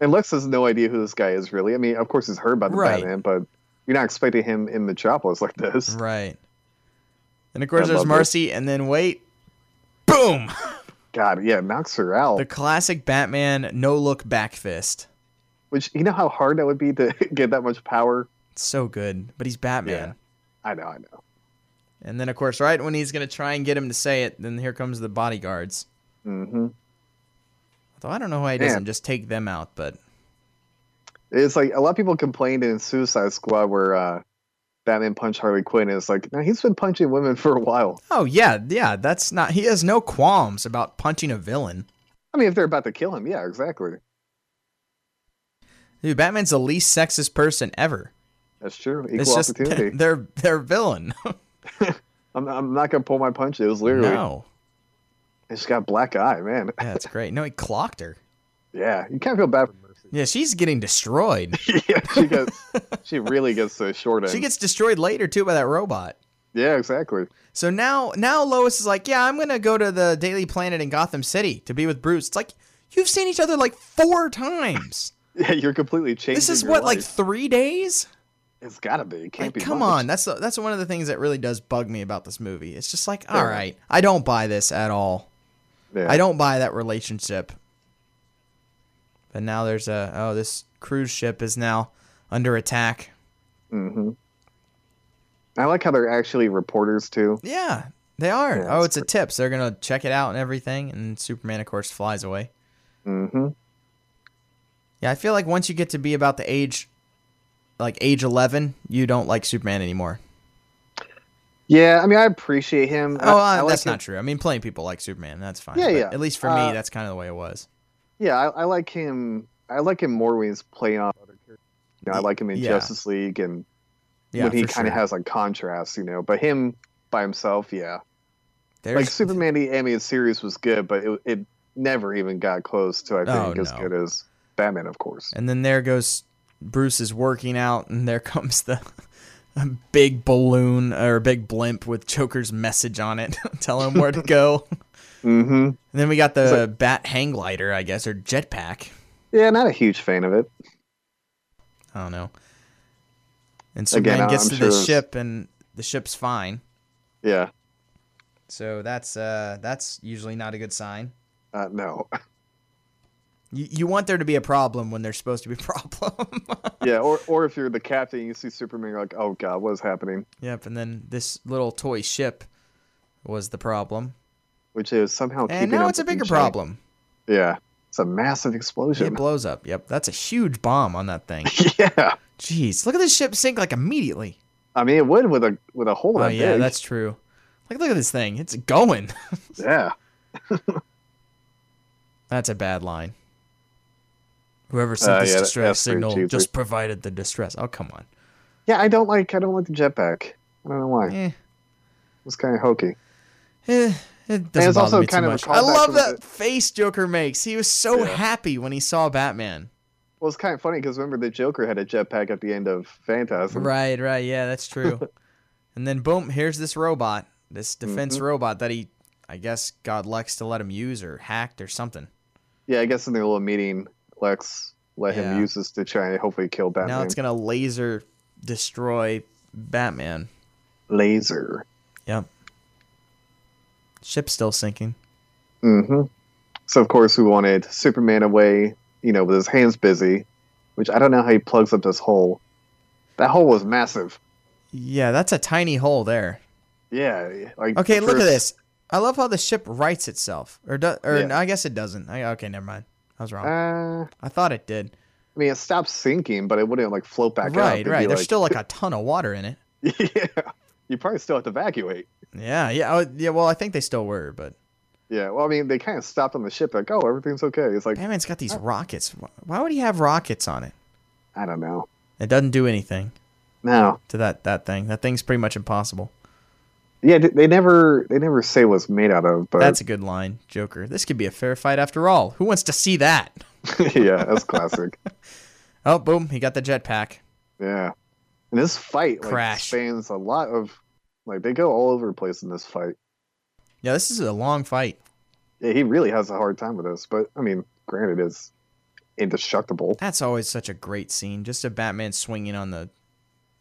And Lex has no idea who this guy is really. I mean, of course he's heard about the
Right.
Batman, but you're not expecting him in Metropolis like this.
right. And of course,
I
there's
love it.
Mercy, and then wait, boom!
God, yeah, knocks her out.
The classic Batman no look back fist.
Which you know how hard that would be to get that much power.
It's so good, but he's Batman.
I know, I know.
And then, of course, right when he's gonna try and get him to say it, then here comes the bodyguards.
Mm-hmm.
Although I don't know why he
Man.
doesn't just take them out, but
It's like a lot of people complained in Suicide Squad where uh, Batman punched Harley Quinn. And it's like, now he's been punching women for a while.
Oh yeah, yeah. That's not. He has no qualms about punching a villain.
I mean, if they're about to kill him, yeah, exactly.
Dude, Batman's the least sexist person ever.
That's true. Equal
It's just
opportunity.
they're they're villain.
I'm, I'm not gonna pull my punches. It was literally.
no,
It's got black eye, man.
yeah, it's great. No, he clocked her.
Yeah, you can't feel bad for Mercy.
Yeah, she's getting destroyed.
yeah, she gets. she really gets the short end.
she gets destroyed later too by that robot.
yeah, exactly.
So now now Lois is like, yeah, I'm gonna go to the Daily Planet in Gotham City to be with Bruce. It's like you've seen each other like four times.
Yeah, you're completely changing.
this is
your
what like
life.
three days.
It's gotta be. It can't
Like,
be.
come
much.
on, that's the, that's one of the things that really does bug me about this movie. It's just like, all
Yeah.
right, I don't buy this at all.
Yeah.
I don't buy that relationship. But now there's a oh, this cruise ship is now under attack.
hmm I like how they're actually reporters too.
Yeah, they are.
Yeah,
oh,
that's
it's a tip. So they're gonna check it out and everything. And Superman, of course, flies away.
Mm-hmm.
Yeah, I feel like once you get to be about the age, like age eleven, you don't like Superman anymore.
Yeah, I mean, I appreciate him.
Oh,
I,
uh,
I
that's
like him.
not true. I mean, plenty of people like Superman. That's fine.
Yeah,
But
yeah.
At least for
Uh,
me, that's kind of the way it was.
Yeah, I, I like him. I like him more when he's playing off other characters. You know, I like him in
Yeah.
Justice League and
Yeah,
when he
for
kind of
sure.
has like contrasts, you know. But him by himself, yeah.
There's-
Like Superman the animated series was good, but it, it never even got close to I think
Oh,
as
no.
good as Batman, of course.
And then there goes Bruce is working out, and there comes the big balloon or big blimp with Joker's message on it, telling him where to go.
hmm
And then we got the bat hang glider, I guess, or jetpack.
Yeah, not a huge fan of it.
I don't know. And
Again,
Superman
I-
gets
I'm
to
sure it
the
was-
ship, and the ship's fine.
Yeah,
So that's uh, that's usually not a good sign.
uh, no.
You, you want there to be a problem when there's supposed to be a problem.
yeah, or or if you're the captain, you see Superman, you're like, oh god, what is happening?
yep, and then this little toy ship was the problem.
Which is somehow
And
keeping
now
up
it's a
with
bigger
each other.
problem.
Yeah, it's a massive
It
explosion.
blows up. Yep. That's a huge bomb on that thing.
yeah,
Jeez, look at this ship sink like immediately.
I mean it would with a with a hole.
Oh,
that
yeah,
big.
that's true. Like look at this thing. It's going.
yeah.
That's a bad line. Whoever sent
Uh,
this
yeah, that-
distress
that's pretty
signal
cheesy.
just provided the distress. Oh come on.
Yeah, I don't like I don't like the jetpack. I don't know why.
Eh,
It's kind of hokey.
eh, it doesn't
it's
bother
also
me too
kind of a
much. I
callback
love
from
that
the-
face Joker makes. He was so
Yeah.
happy when he saw Batman.
Well, it's kind of funny because remember the Joker had a jetpack at the end of Phantasm.
Right, right, yeah, that's true. and then boom, here's this robot, this
Mm-hmm.
defense robot that he, I guess, God Lex to let him use or hacked or something.
Yeah, I guess in their little meeting, Lex let
Yeah.
him use this to try and hopefully kill Batman.
Now it's gonna laser destroy Batman.
Laser.
Yep. Ship's still sinking.
hmm So of course we wanted Superman away, you know, with his hands busy, which I don't know how he plugs up this hole. That hole was massive.
Yeah, that's a tiny hole there.
Yeah. Like
Okay,
the
look at
first-
this. I love how the ship writes itself, or do, or
Yeah.
no, I guess it doesn't. I, okay, never mind. I was wrong.
Uh,
I thought it did.
I mean, it stopped sinking, but it wouldn't like float back up.
right,
It'd be
right. There's
like-
still like a ton of water in it.
yeah. You probably still have to evacuate.
Yeah, yeah, oh, yeah. Well, I think they still were, but
Yeah, well, I mean, they kind of stopped on the ship, like, oh, everything's okay. It's like,
Batman's got these rockets. Wh- Why would he have rockets on it?
I don't know.
It doesn't do anything
No,
to that that thing. That thing's pretty much impossible.
yeah, they- they never, they never say what's made out of, but
That's a good line, Joker. This could be a fair fight after all. Who wants to see that?
yeah, that's classic.
Oh, boom! He got the jetpack.
Yeah, and this fight like,
Crash.
spans a lot of, like, they go all over the place in this fight.
Yeah, this is a long fight.
Yeah, he really has a hard time with this, but I mean, granted, it's indestructible.
That's always such a great scene. Just a Batman swinging on the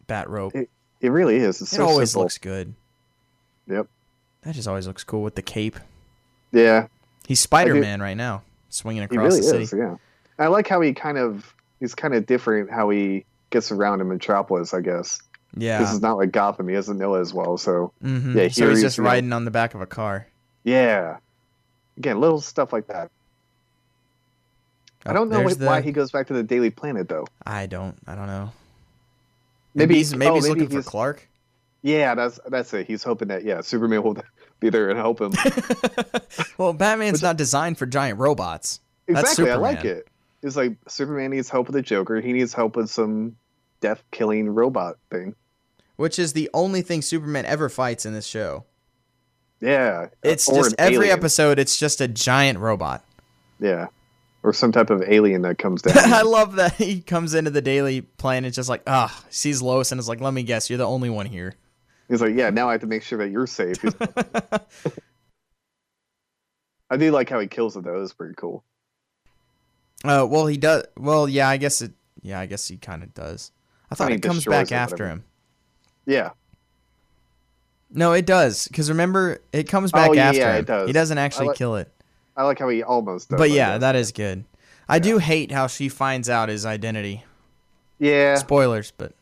bat rope. It,
It really is. It's so
always
simple.
looks good.
Yep.
That just always looks cool with the cape.
Yeah,
He's Spider Man right now, swinging
he
across
really
the city.
is. Yeah, I like how he kind of, he's kind of different how he gets around in Metropolis. I guess this
Yeah.
is not like Gotham. He doesn't know it as well, so.
hmm
Yeah,
so
here
he's
he
just
is now.
riding on the back of a car.
Yeah. Again, little stuff like that. I
Oh,
don't know
there's
wh- why
the-
he goes back to the Daily Planet though.
I don't. I don't know. Maybe,
Maybe
he's maybe
oh,
he's
maybe
looking
he's-
for Clark.
Yeah, that's that's it. He's hoping that yeah, Superman will be there and help him.
well, Batman's not designed for giant robots. That's
exactly. I
Superman.
like it. It's like Superman needs help with the Joker. He needs help with some death killing robot thing.
Which is the only thing Superman ever fights in this show.
Yeah.
It's
or
just
an
every
alien.
episode. It's just a giant robot.
Yeah. Or some type of alien that comes
I
down.
love that he comes into the Daily Planet just like ah sees Lois and is like, let me guess, you're the only one here.
He's like, yeah, now I have to make sure that you're safe. He's- I do like how he kills it though. It's pretty cool.
Uh, well, he does. Well, yeah, I guess it. Yeah, I guess he kind of does. I thought
mean,
it comes
destroys
back
it,
after
whatever.
him.
Yeah.
No, it does. Because remember, it comes back
Oh, yeah,
after
yeah,
him.
it does.
He doesn't actually
like-
kill it.
I like how he almost does.
but
I
yeah,
guess.
that is good. I do hate how she finds out his identity.
yeah.
Spoilers, but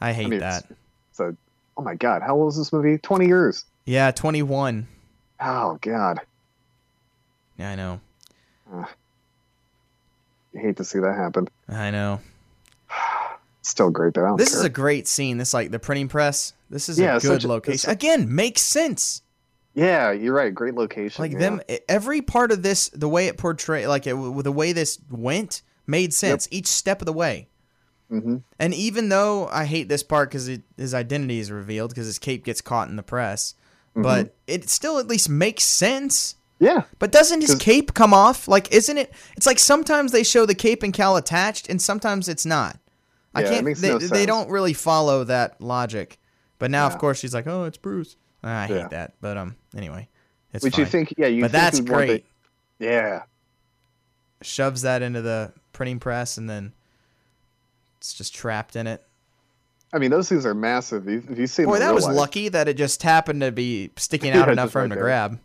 I hate
mean,
that.
So, oh my god, how old is this movie? Twenty years.
Yeah, 21.
Oh god,
Yeah, I know.
I hate to see that happen.
I know.
still great though. I don't
This
care.
is a great scene. This like the printing press. This is
Yeah,
a
it's
good
such a- it's
location.
a-
Again, makes sense.
yeah, you're right. Great location.
Like
yeah.
them, e, every part of this, the way it portrayed, like it, the way this went, made sense each step of the way.
Mhm.
And even though I hate this part because his identity is revealed because his cape gets caught in the press,
Mm-hmm.
but it still at least makes sense.
Yeah,
But doesn't his
'Cause-
cape come off? Like, isn't it? It's like sometimes they show the cape and cowl attached, and sometimes it's not. I
Yeah, it
can't.
makes
they,
no
they
sense.
don't really follow that logic. But now, of
Yeah.
course, she's like, "Oh, it's Bruce." Ah, I hate
Yeah.
that. But um, anyway, it's
which
fine.
you think? Yeah, you.
but
think
that's
you'd want
great.
the- yeah,
Shoves that into the printing press, and then it's just trapped in it.
I mean those things are massive. If if you see,
Boy,
them in
that
real
was
life-
lucky that it just happened to be sticking
Yeah,
out enough
just
for him
right
to
there.
grab.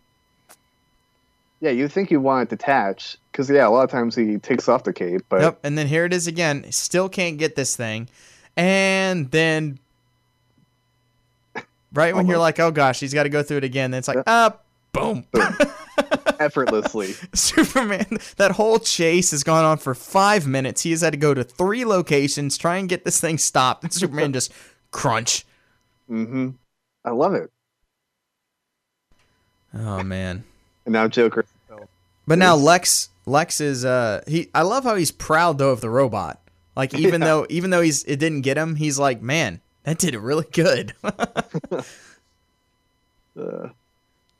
Yeah, you think you want it detached because yeah, a lot of times he takes off the cape, but
Yep. And then here it is again. Still can't get this thing. And then right when you're like, oh gosh, he's got to go through it again. Then it's like, uh, boom.
effortlessly.
Superman, that whole chase has gone on for five minutes. He has had to go to three locations, try and get this thing stopped. And Superman just crunch.
hmm I love it.
Oh, man.
And now Joker.
But now Lex, Lex is, uh, he, I love how he's proud though of the robot. Like, even
Yeah.
though, even though he's, it didn't get him, he's like, man, that did really good.
Uh,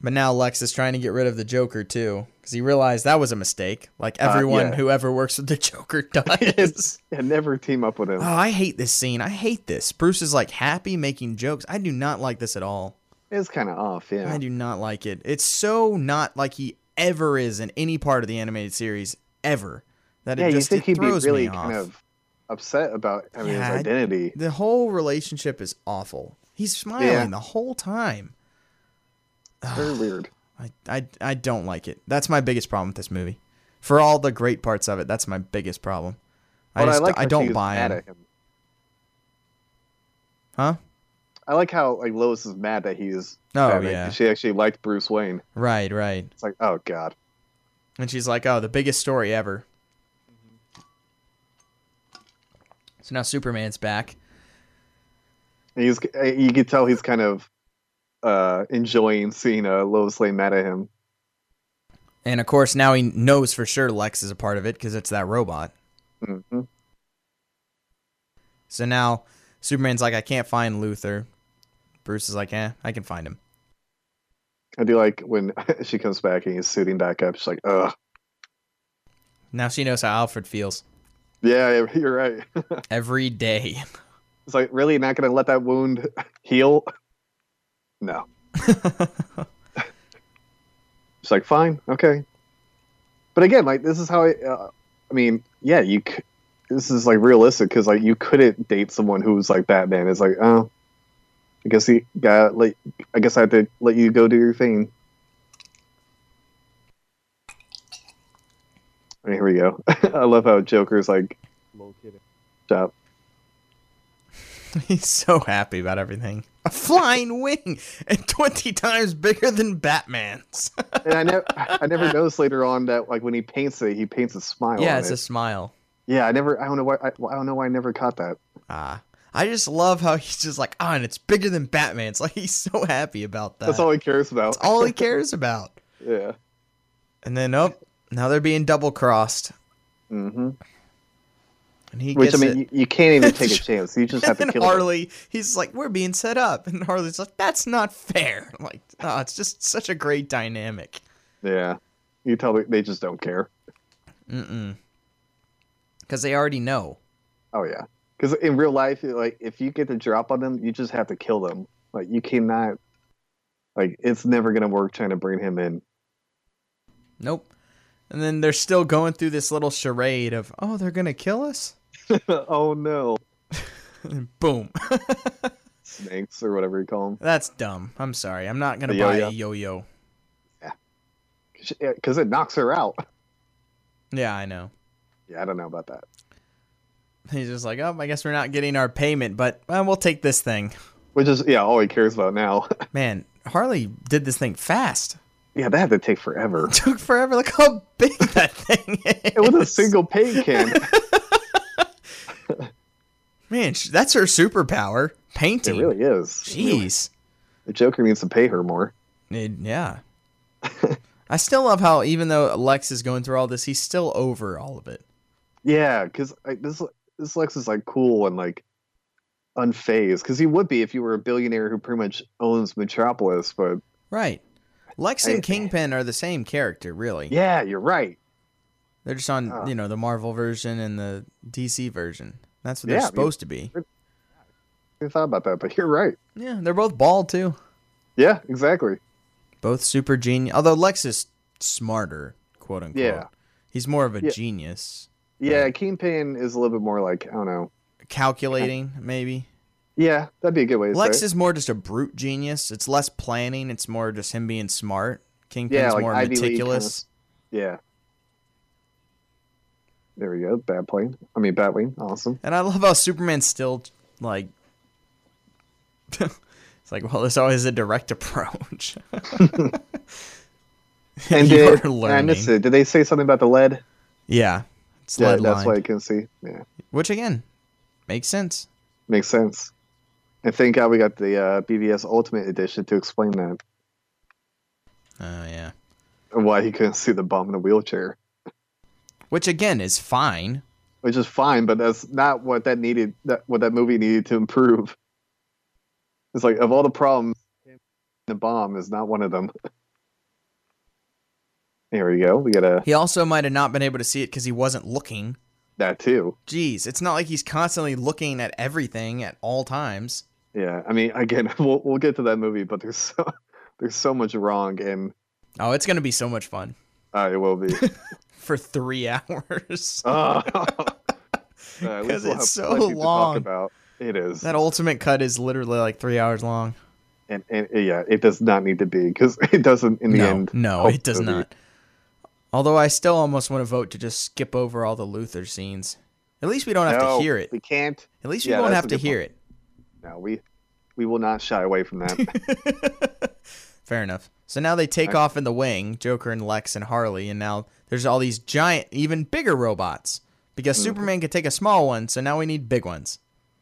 But now Lex is trying to get rid of the Joker too, because he realized that was a mistake. Like everyone
Uh, yeah.
who ever works with the Joker dies.
yeah, never team up with him.
oh, I hate this scene. I hate this. Bruce is like happy making jokes. I do not like this at all.
It's kind of off.
I
Yeah,
do not like it. It's so not like he ever is in any part of the animated series ever. That
yeah.
it
You
just
think
it
he'd be
throws
really
me off.
kind of upset about I mean,
Yeah, I-
his identity?
The whole relationship is awful. He's smiling
Yeah.
the whole time.
It's very weird.
I, I, I don't like it. That's my biggest problem with this movie. For all the great parts of it, that's my biggest problem. I
But
just
like
I
how
don't
she's
buy
mad
it.
at him.
Huh?
I like how like Lois is mad that he's.
Oh,
Batman,
yeah.
'cause She actually liked Bruce Wayne.
Right, right.
It's like, oh god.
And she's like, "Oh, the biggest story ever." So now Superman's back.
And he's eh, you could tell he's kind of uh enjoying seeing uh, Lois Lane mad at him.
And of course, now he knows for sure Lex is a part of it because it's that robot.
hmm
So now Superman's like, I can't find Luther. Bruce is like, eh, I can find him.
I do like when she comes back and he's suiting back up. She's like, ugh.
Now she knows how Alfred feels
Yeah, you're right.
every day.
it's like, really, not going to let that wound heal? No. She's like, fine, okay. But again, like, this is how I, uh, I mean, yeah, you, c- this is like realistic because, like, you couldn't date someone who was like Batman. It's like, oh, I guess he got, like, I guess I had to let you go do your thing. All right, here we go. I love how Joker's like, shop.
He's so happy about everything. A flying wing and 20 times bigger than Batman's.
and I never, I never noticed later on that like when he paints it, he paints a smile.
yeah,
on
it's
it.
a smile.
yeah. I never, I don't know why, I, I don't know why I never caught that.
Ah. I just love how he's just like, ah, and it's bigger than Batman's. Like, he's so happy about that.
That's all he cares about.
That's all he cares about.
yeah.
And then, oh, now they're being double crossed.
hmm
And he
Which I
gets
mean,
it.
you, you can't even take a chance. You just have
And
to
then
kill him.
Harley, he's like, we're being set up. And Harley's like, that's not fair. I'm like, oh, it's just such a great dynamic.
Yeah. You tell me they just don't care.
Mm-mm. Because they already know.
Oh yeah. Because in real life, it- like if you get the drop on them, you just have to kill them. Like you cannot. Like it's never gonna work trying to bring him in.
Nope. And then they're still going through this little charade of, oh, they're going to kill us?
oh no,
And then boom.
snakes or whatever you call them.
That's dumb. I'm sorry. I'm not going to
The
buy
yo-yo.
a yo yo.
Because it knocks her out.
Yeah, I know.
Yeah, I don't know about that.
He's just like, oh, I guess we're not getting our payment, but uh, we'll take this thing.
Which is yeah, all he cares about now.
Man, Harley did this thing fast.
yeah, that had to take forever.
It took forever. Look how big that thing is.
It was a single paint can.
Man, sh- that's her superpower.
It
Painting.
really is.
Jeez.
The Joker needs to pay her more.
It- yeah. I still love how even though Lex is going through all this, he's still over all of it.
Yeah, because this this Lex is like cool and like unfazed. Because he would be if you were a billionaire who pretty much owns Metropolis. But
Right. Lex
I-
and Kingpin are the same character, really.
yeah, you're right.
They're just on,
Uh.
you know, the Marvel version and the DC version. That's what
Yeah, I
they're
mean-
supposed to be.
I thought about that, but you're right.
Yeah, they're both bald too.
Yeah, exactly.
Both super genius. Although Lex is smarter, quote unquote.
Yeah.
He's more of a
Yeah.
genius.
Yeah, Kingpin is a little bit more like I don't know.
Calculating, maybe.
Yeah, that'd be a good way. To
Lex
say it.
is more just a brute genius. It's less planning. It's more just him being smart. Kingpin's
yeah, like
more
Ivy League kinda
meticulous.
s- yeah. There we go. Bad plane. I mean, Batwing. Awesome.
And I love how Superman's still like. it's like, well, there's always a direct approach.
And
You
did,
are
I missed it. Did they say something about the lead?
Yeah, it's
Yeah,
lead
that's
line,
why I couldn't see. Yeah.
which again makes sense.
Makes sense. And thank God we got the uh, BVS Ultimate Edition to explain that
Oh yeah,
and why he couldn't see the bum in a wheelchair,
which again is fine.
which is fine, but that's not what that needed. That what that movie needed to improve. It's like of all the problems, the bomb is not one of them. There we go. We got a
He also might have not been able to see it because he wasn't looking.
that too.
Jeez, it's not like he's constantly looking at everything at all times.
Yeah. I mean, again, we'll we'll get to that movie, but there's so there's so much wrong, and
Oh, it's gonna be so much fun
uh, it will be.
for three hours.
Oh.
Because it's so long.
Talk about. It is.
That ultimate cut is literally like three hours long.
and, and yeah, it does not need to be because it doesn't in the
no,
end.
no,
help
it does
the movie.
not. Although I still almost want to vote to just skip over all the Luther scenes. At least we don't have
No,
to hear it.
We can't.
At least we
yeah,
won't
that's
have to
a good
hear
No, we we will not shy away from that.
it. Fair enough. So now they take off in the wing, Joker and Lex and Harley, and now there's all these giant, even bigger robots because
Mhm.
Superman could take a small one, so now we need big ones.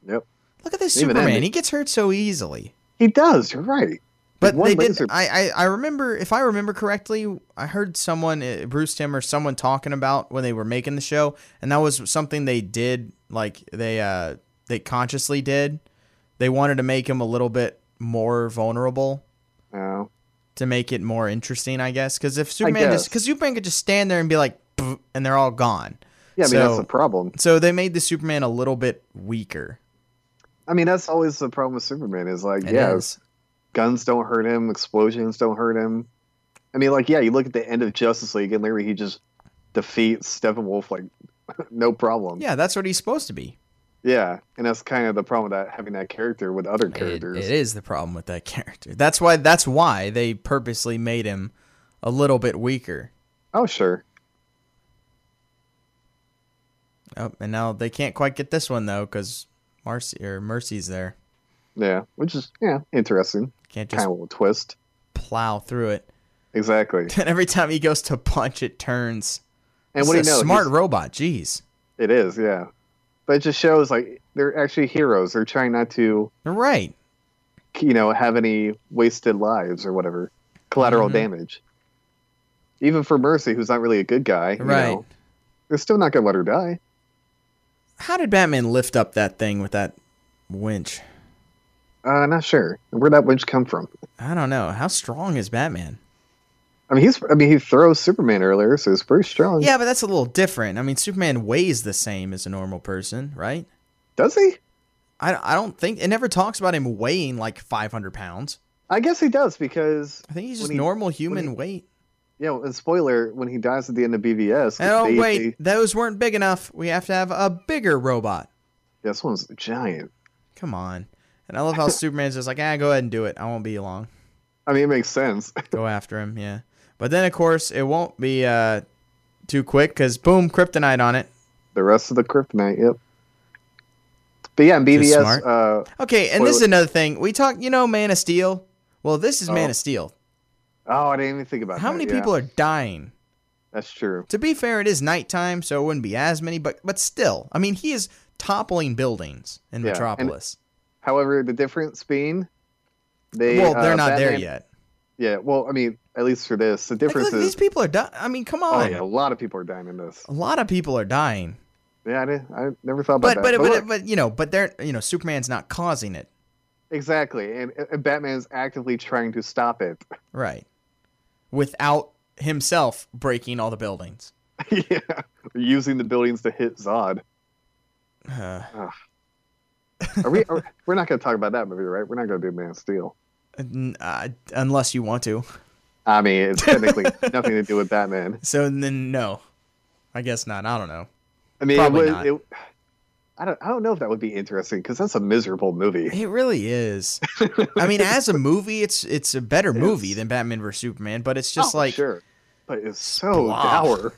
yep,
Look at this
Even
Superman.
Andy-
He gets hurt so easily.
he does. You're right.
But
one
they did.
laser-
I, I I remember if I remember correctly, I heard someone uh, Bruce Tim or someone talking about when they were making the show, and that was something they did. Like they uh they consciously did. They wanted to make him a little bit more vulnerable
No,
to make it more interesting, I guess. Because if Superman just
guess.
because Superman could just stand there and be like, "Pff," and they're all gone.
yeah, I mean
So-
that's the problem.
So they made the Superman a little bit weaker.
I mean that's always the problem with Superman is like
It
yeah,
is.
guns don't hurt him, explosions don't hurt him. I mean like yeah, you look at the end of Justice League and literally he just defeats Steppenwolf like no problem.
Yeah, that's what he's supposed to be.
Yeah, and that's kind of the problem with that having that character with other
It-
characters.
it is the problem with that character. That's why. That's why they purposely made him a little bit weaker.
Oh sure,
Oh, and now they can't quite get this one though, because Marcy or Mercy's there.
yeah, which is yeah interesting,
Can't
kind
just
of a little twist.
plow through it.
Exactly.
And every time he goes to punch, it turns.
And what do you
It's a
know?
Smart
he's-
robot. Jeez.
It is yeah, but it just shows like they're actually heroes. They're trying not to
You're right.
you know have any wasted lives or whatever collateral
Mhm.
damage. Even for Mercy, who's not really a good guy, you
Right.
know, they're still not gonna let her die.
How did Batman lift up that thing with that winch?
Uh, not sure where'd that winch come from.
I don't know. How strong is Batman?
I mean, he's I mean he throws Superman earlier, so he's pretty strong.
Yeah, but that's a little different. I mean, Superman weighs the same as a normal person, right?
Does he?
I, I don't think it never talks about him weighing like 500 pounds.
I guess he does because
I think he's
When
just
he-
normal human
he-
weight.
you know. And spoiler: when he dies at the end of BVS,
Oh
they-
wait,
they-
those weren't big enough. We have to have a bigger robot.
this one's giant.
Come on. And I love how Superman's just like, ah, go ahead and do it. I won't be long.
I mean, it makes sense.
Go after him, yeah. But then of course it won't be uh, too quick because boom, kryptonite on it.
the rest of the kryptonite. Yep. But yeah, in
Just
BVS,
smart.
uh,
Okay, and this is
Spoiler-
another thing we talk. You know, Man of Steel. Well, this is Man
Oh.
of Steel.
oh, I didn't even think about
How
that,
many
yeah.
people are dying?
That's true.
To be fair, it is nighttime, so it wouldn't be as many, but but still, I mean, he is toppling buildings in
Yeah, and-
Metropolis.
However, the difference being, they
well, they're
uh,
not there
Batman-
yet.
Yeah, well, I mean, at least for this, the
Like,
difference
look,
is
these people are di- I mean, come
oh
on.
yeah, a lot of people are dying in this.
A lot of people are dying.
Yeah, I, didn't, I never thought about
But
that.
but but,
look,
but, you know, but they're you know, Superman's not causing it.
exactly, and, and Batman is actively trying to stop it.
Right. Without himself breaking all the buildings.
yeah, using the buildings to hit Zod.
Uh,
Are we? Are, we're not going to talk about that movie, right? We're not going to do Man of Steel.
n- uh, unless you want to.
I mean, it's technically nothing to do with Batman.
So then no. I guess not. I don't know.
I mean,
Probably
it would,
not.
It, I don't. I don't know if that would be interesting because that's a miserable movie.
It really is. I mean, as a movie, it's it's a better movie than Batman vs Superman, but it's just
Oh,
like
sure, but it's so
Splop.
dour.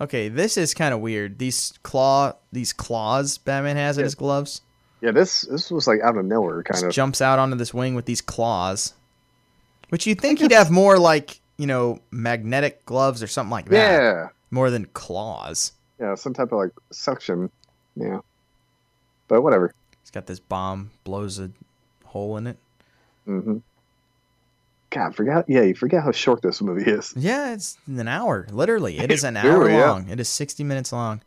okay, this is kind of weird. These claw these claws Batman has in
Yeah.
his gloves
Yeah, this this was like out of nowhere, kind
just
of.
jumps out onto this wing with these claws, which you'd think he'd have more like you know magnetic gloves or something like that,
Yeah,
more than claws.
yeah, some type of like suction. Yeah, but whatever.
He's got this bomb, blows a hole in it.
hmm God, I forgot. Yeah, you forget how short this movie is.
Yeah, it's an hour. Literally, it is an
Sure,
hour
yeah.
long. It is sixty minutes long.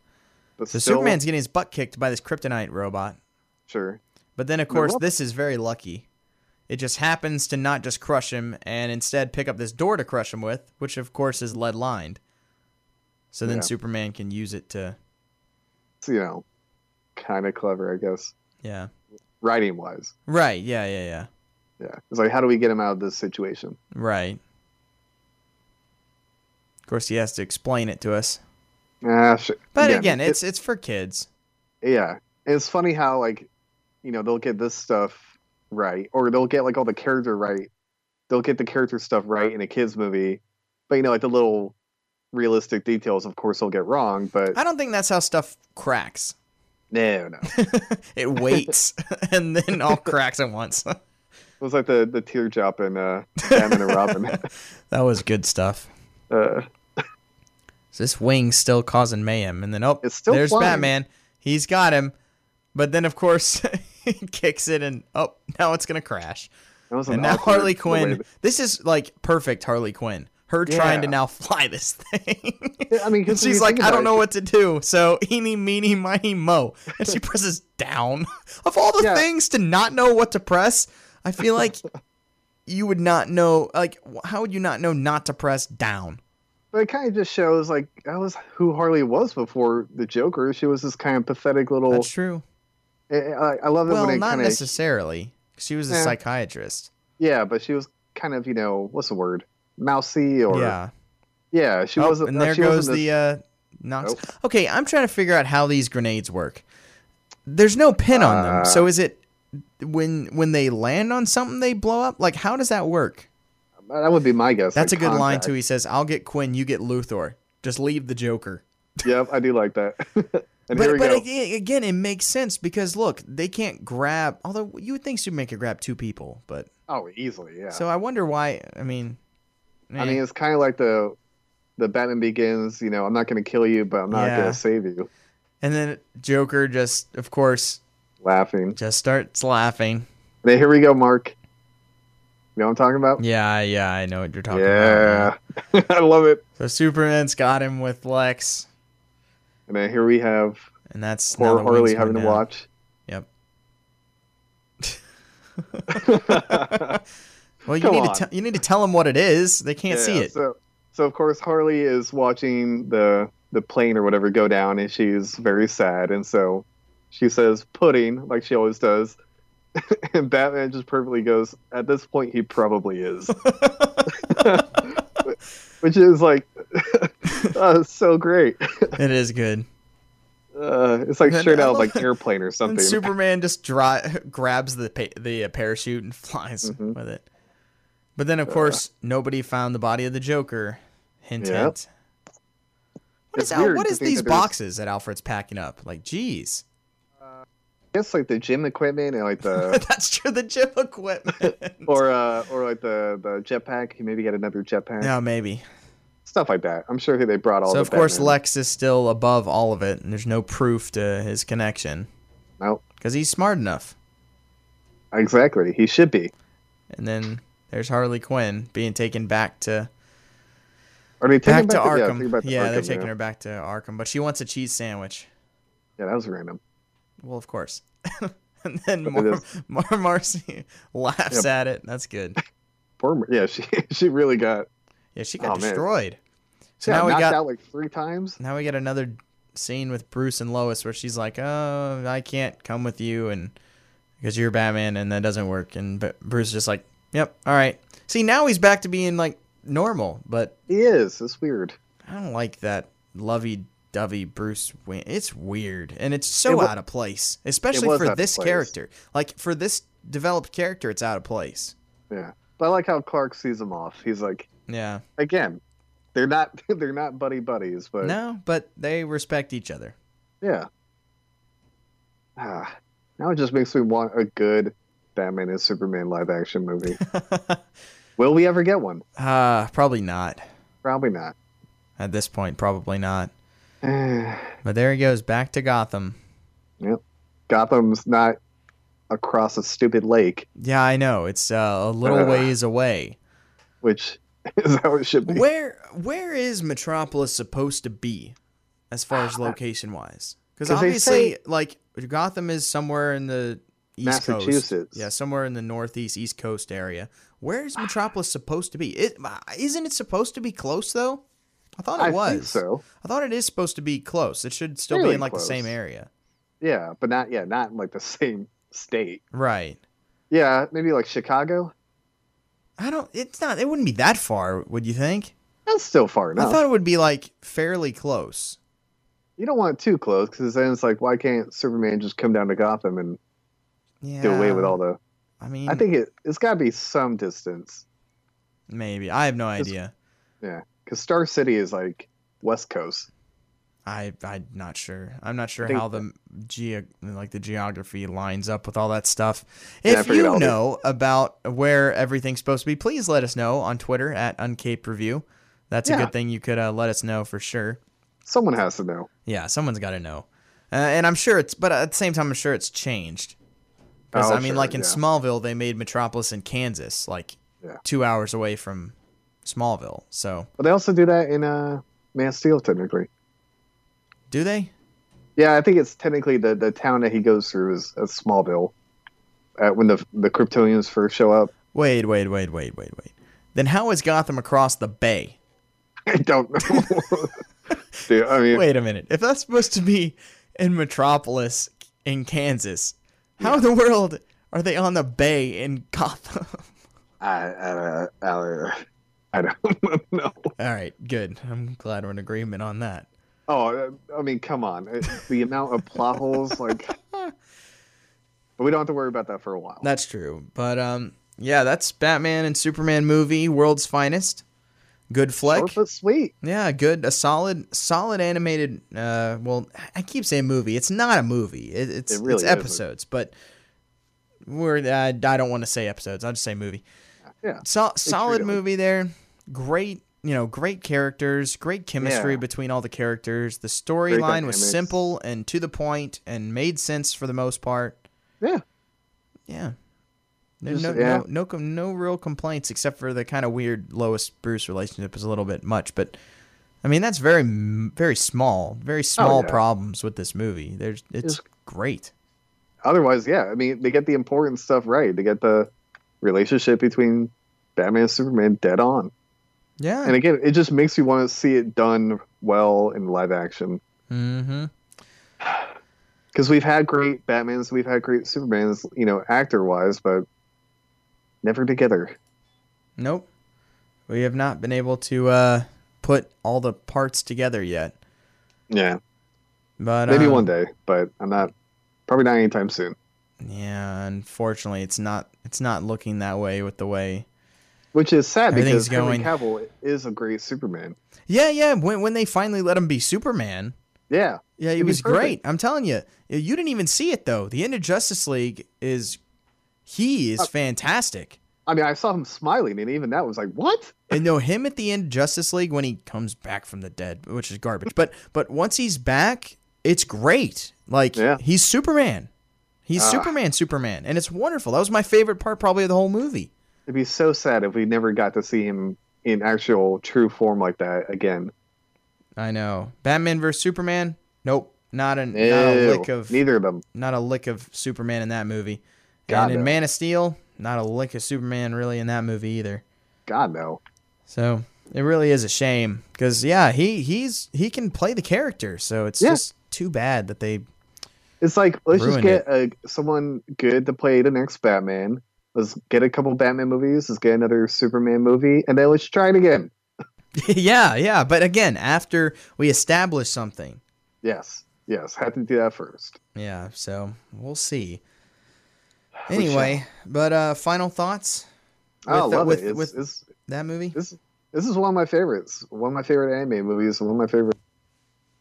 But
So
still,
Superman's getting his butt kicked by this kryptonite robot.
sure.
But then, of course,
what-
this is very lucky. It just happens to not just crush him and instead pick up this door to crush him with, which, of course, is lead lined. So then
Yeah.
Superman can use it to,
It's, you know, kind of clever, I guess,
yeah.
writing wise.
Right, yeah, yeah, yeah.
Yeah, it's like how do we get him out of this situation?
Right. Of course, he has to explain it to us.
Ah, sure.
But
Yeah,
again,
it-
it's it's for kids.
yeah it's funny how like you know they'll get this stuff right or they'll get like all the character right they'll get the character stuff right in a kids movie but you know like the little realistic details of course they'll get wrong but
I don't think that's how stuff cracks.
no no it
It waits and then all cracks at once.
was like the the teardrop in uh Batman and robin
that was good stuff.
uh,
So this wing's still causing mayhem, and then oh,
It's still
there's
flying.
Batman. He's got him, but then of course he kicks it, and oh, now it's gonna crash.
that was an
And now
awkward
Harley
way
Quinn. This is like perfect Harley Quinn. Her trying to
Yeah.
now fly this thing.
that- i mean
And
'cause when you
she's like,
think
I
about
don't
it,
know what to do. So, eeny, meeny, miny, mo. And she presses down. Of all the
Yeah.
things to not know what to press, I feel like you would not know. Like, wh- how would you not know not to press down?
but it kind of just shows like that was who harley was before the joker she was this kind of pathetic little
That's true.
I, I- I love it
Well,
when it
not
kind of
necessarily. She was a
Yeah.
psychiatrist.
Yeah, but she was kind of, you know, what's the word? Mousy or
yeah.
Yeah, she
Oh,
wasn't.
and
no,
there
she
goes
wasn't
the uh, knocks.
Nope.
Okay, I'm trying to figure out how these grenades work. There's no pin on
Uh,
them. So, is it when when they land on something they blow up? Like, how does that work?
this- that would be my guess.
That's
like
a good line too.
contact.
He says, "I'll get Quinn, you get Luthor. Just leave the Joker."
Yep, I do like that. and here
but
we
but
go.
aga- again, it makes sense because look, they can't grab. Although you would think Superman could grab two people, but
oh, easily, yeah.
so I wonder why. I mean,
I
eh.
mean, it's kind of like the the Batman Begins. You know, I'm not going to kill you, but I'm not
Yeah.
going to save you.
and then Joker just, of course,
Laughing.
just starts laughing.
Then here we go, Mark. You know what I'm talking about?
Yeah, yeah, I know what you're talking about. man.
Yeah, I love it.
So Superman's got him with Lex,
And then here we have
and that's now
poor
the wings
Harley
going
having to
down.
watch.
Yep.
Can't
Well, you
Come
need to
on.
tell you need to tell them what it is. They can't see it.
So, so of course Harley is watching the the plane or whatever go down, and she's very sad. And so she says pudding, like she always does. and Batman just perfectly goes. At this point, he probably is, which is like oh, it's so great.
it is good.
Uh, it's like
And
straight
I
out of,
love-
like airplane or
And
something.
Superman just dry, grabs the pa- the uh, parachute and flies
Mhm.
with it. But then, of course, nobody found the body of the Joker. Hint,
Yep.
hint. What
It's
is, Al-
weird
what
to
is
think
these
that there's-
boxes that Alfred's packing up? Like, geez,
I guess like the gym equipment and like the
that's true. The gym equipment.
or uh or like the the jetpack. He maybe got another jetpack.
no, maybe
stuff like that. I'm sure they brought all.
So
the
of course
Batman.
Lex is still above all of it, and there's no proof to his connection
No,
because he's smart enough.
exactly. He should be.
And then there's Harley Quinn being taken back to
Are they
back
taking
to
back the- yeah,
Arkham.
taking
Yeah,
back the
they're
Arkham,
taking
yeah.
her back to Arkham, but she wants a cheese sandwich.
Yeah, that was random.
Well, of course. and then
But it
Mar- Mar- Marcy laughs at it. That's good.
Poor, Mar- yeah, she she really got.
Yeah, she got
Oh, man.
destroyed. So
She got
now we
knocked
got
out like three times.
now we get another scene with Bruce and Lois where she's like, "Oh, I can't come with you and because you're Batman and that doesn't work." And but Bruce is just like, "Yep, all right." See, now he's back to being like normal, but
He is. It's weird.
I don't like that lovey-dovey Bruce Wayne. It's weird and it's so
It wa-
out of place, especially
was out
for
of
this
place.
character. Like for this developed character, it's out of place.
Yeah, but I like how Clark sees him off. He's like,
Yeah.
again, they're not they're not buddy buddies, but
No, but they respect each other.
yeah. Ah, now it just makes me want a good Batman and Superman live action movie. Will we ever get one?
uh, probably not.
Probably not.
At this point, probably not.
Gotham's
But there he goes back to Gotham.
not across a stupid lake,
Yeah, I know. It's uh, a little
Ugh.
ways away.
which is how it should be.
Where where is Metropolis supposed to be as far as location wise? Cuz
Uh, 'Cause they
obviously like Gotham is somewhere in the east coast.
Massachusetts.
Yeah, somewhere in the northeast east coast area. Where is Metropolis supposed to be? It uh, isn't it supposed to be close though? I thought it
I
was.
think so.
I thought it is supposed to be close. It should still be
Really
in like the
close.
same area.
Yeah, but not yeah, not in like the same state.
Right.
Yeah, maybe like Chicago.
I don't it's not it wouldn't be that far, would you think?
That's still far enough.
I thought it would be like fairly close.
you don't want it too close because then it's like, why can't Superman just come down to Gotham and
Yeah. Hmm.
do away with all the?
I mean,
I think it it's got to be some distance
maybe. I have no
Just-
idea.
because Star City is like West Coast.
I I'm not sure. I'm not sure
think-
how the geo like the geography lines up with all that stuff.
Yeah, I
If
figured
you
all the-
know about where everything's supposed to be, please let us know on Twitter at Uncaped Review. That's a
Yeah.
good thing you could uh, let us know for sure.
Someone has to know.
Yeah, someone's got to know. Uh, and I'm sure it's, but at the same time, I'm sure it's changed. Because
Oh,
I mean,
sure,
like in
yeah.
Smallville, they made Metropolis in Kansas, like
Yeah.
two hours away from Smallville. So
But they also do that in uh, Man of Steel, technically.
do they?
Yeah, I think it's technically the, the town that he goes through is, is Smallville. Uh, when the the Kryptonians first show up,
Wait, wait, wait, wait, wait, wait. Then how is Gotham across the bay?
I don't know. Dude, I mean,
Wait a minute. If that's supposed to be in Metropolis in Kansas, how in the world are they on the bay in Gotham?
I, uh, I, I, I don't know.
All right, good. I'm glad we're in agreement on that.
Oh, I I mean, come on. It- The amount of plot holes, like. But we don't have to worry about that for a while.
That's true. But um yeah, that's Batman and Superman movie, world's finest. Good flick.
Short but sweet.
Yeah, good. A solid, solid animated. Uh, well, I keep saying movie. It's not a movie. It, it's
It really
it's
isn't.
episodes, but we're. Uh, I don't want to say episodes. I'll just say movie.
Yeah.
So, solid
don't.
movie there. Great, you know, great characters. Great chemistry
Yeah.
between all the characters. The storyline was
dynamics.
simple and to the point and made sense for the most part.
Yeah.
Yeah. No,
Just-
no,
yeah.
no, no, com- no real complaints except for the kind of weird Lois Bruce relationship is a little bit much, but I mean that's very, m- very small, very small
Oh, yeah.
problems with this movie. There's, it's
It's-
great.
Otherwise, yeah. I mean, they get the important stuff right. They get the relationship between Batman and Superman dead on.
Yeah.
And again, it just makes you want to see it done well in live action.
Mm-hmm.
Because we've had great Batmans, we've had great Supermans, you know, actor wise, but never together.
Nope. We have not been able to uh, put all the parts together yet,
Yeah.
but
Maybe
um,
one day, but I'm not, probably not anytime soon.
Yeah, unfortunately, it's not. It's not looking that way with the way
Which is sad
Everything's
because Henry
going-
Cavill is a great Superman.
Yeah, yeah. When when they finally let him be Superman,
Yeah,
yeah, it
It'd be
was
perfect.
great. I'm telling you, you didn't even see it though. The end of Justice League is he is fantastic.
Uh, I mean, I saw him smiling, and even that was like, "What?"
and no, him at the end Justice League when he comes back from the dead, which is garbage. But but once he's back, it's great. Like
Yeah.
he's Superman. He's
Ah.
Superman, Superman, and it's wonderful. That was my favorite part, probably of the whole movie.
It'd be so sad if we never got to see him in actual true form like that again.
I know. Batman versus Superman. Nope, not an, not
Ew.
a lick of
Neither of them.
not a lick of Superman in that movie.
God,
and in
no.
Man of Steel, not a lick of Superman really in that movie either.
God no.
So it really is a shame because yeah, he he's he can play the character. So it's
Yeah.
just too bad that they
It's like let's
Ruined
just get uh someone good to play the next Batman. Let's get a couple Batman movies. Let's get another Superman movie, and then let's try it again.
yeah yeah. But again, after we establish something,
Yes, yes, had to do that first.
yeah. So we'll see.
We shall.
Anyway, but uh final thoughts
I
with the-
love
with-
it. It's,
with-
it's,
that movie.
this is one of my favorites. One of my favorite anime movies. One of my favorite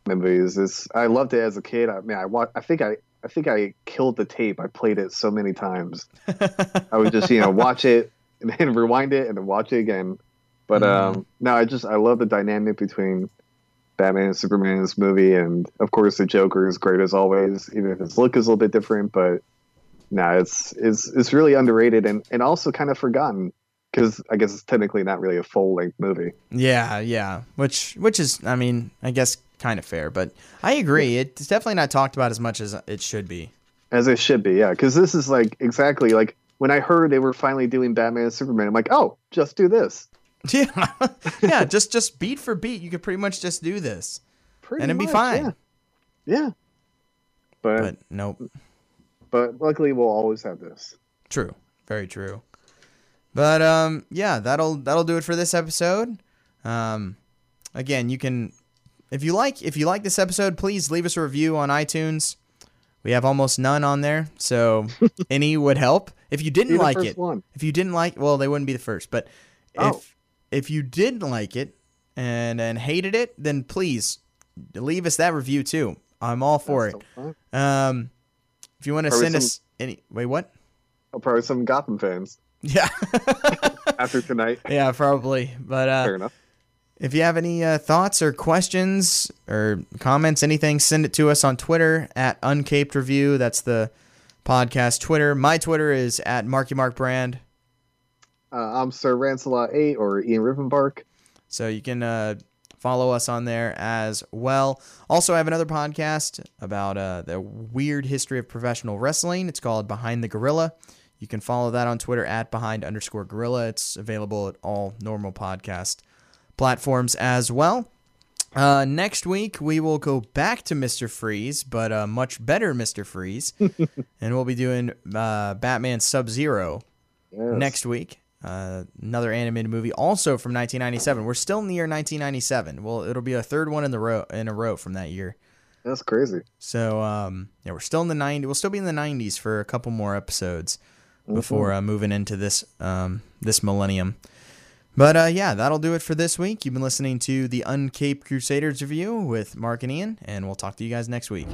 movies. It's, I loved it as a kid. I mean, I wa- I think I I think I killed the tape. I played it so many times. I would just you know watch it and then rewind it and then watch it again. But
Mm-hmm.
um, no, I just I love the dynamic between Batman and Superman in this movie, and of course the Joker is great as always, even if his look is a little bit different. But no, it's it's it's really underrated and and also kind of forgotten because I guess it's technically not really a full length movie.
Yeah, yeah. Which which is I mean, I guess kind of fair, but I agree. It's definitely not talked about as much as it should be.
As it should be, yeah. Because this is like exactly like when I heard they were finally doing Batman and Superman, I'm like, oh, just do this.
Yeah. yeah, just just beat for beat, you could pretty much just do this.
Pretty
And it'd be
much,
fine.
Yeah. yeah. But, but
But nope.
luckily we'll always have this.
True. Very true. But um yeah, that'll that'll do it for this episode. Um again, you can if you like if you like this episode, please leave us a review on iTunes. We have almost none on there, so any would help. If you
Be
didn't
the
like
first
it,
one.
If you didn't like, well, they wouldn't be the first. But
Oh.
if if you did like it and and hated it, then please leave us that review too. I'm all for
That's so fun.
it. Um, if you want to
Probably
send
some-
us any, wait, what?
Oh, probably some Gotham fans
Yeah,
after tonight.
yeah, probably. But uh,
Fair enough.
If you have any uh, thoughts or questions or comments, anything, send it to us on Twitter at Uncaped Review. That's the podcast Twitter. My Twitter is at Marky Mark Brand.
Uh, I'm Sir Rancelot Eight or Ian Rivenbark.
So you can uh, follow us on there as well. Also, I have another podcast about uh, the weird history of professional wrestling. It's called Behind the Gorilla. You can follow that on Twitter at behind underscore gorilla. It's available at all normal podcast platforms as well. Uh, next week, we will go back to Mr. Freeze, but a much better Mr. Freeze. and we'll be doing uh, Batman Sub Zero
Yes.
next week. Uh, another animated movie, also from 1997. We're still in the year 1997. Well, it'll be a third one in the row in a row from that year.
That's crazy.
So um, yeah, we're still in the 90s. We'll still be in the 90s for a couple more episodes before uh, moving into this um, this millennium. But uh, yeah, that'll do it for this week. You've been listening to the Uncaped Crusaders review with Mark and Ian, and we'll talk to you guys next week.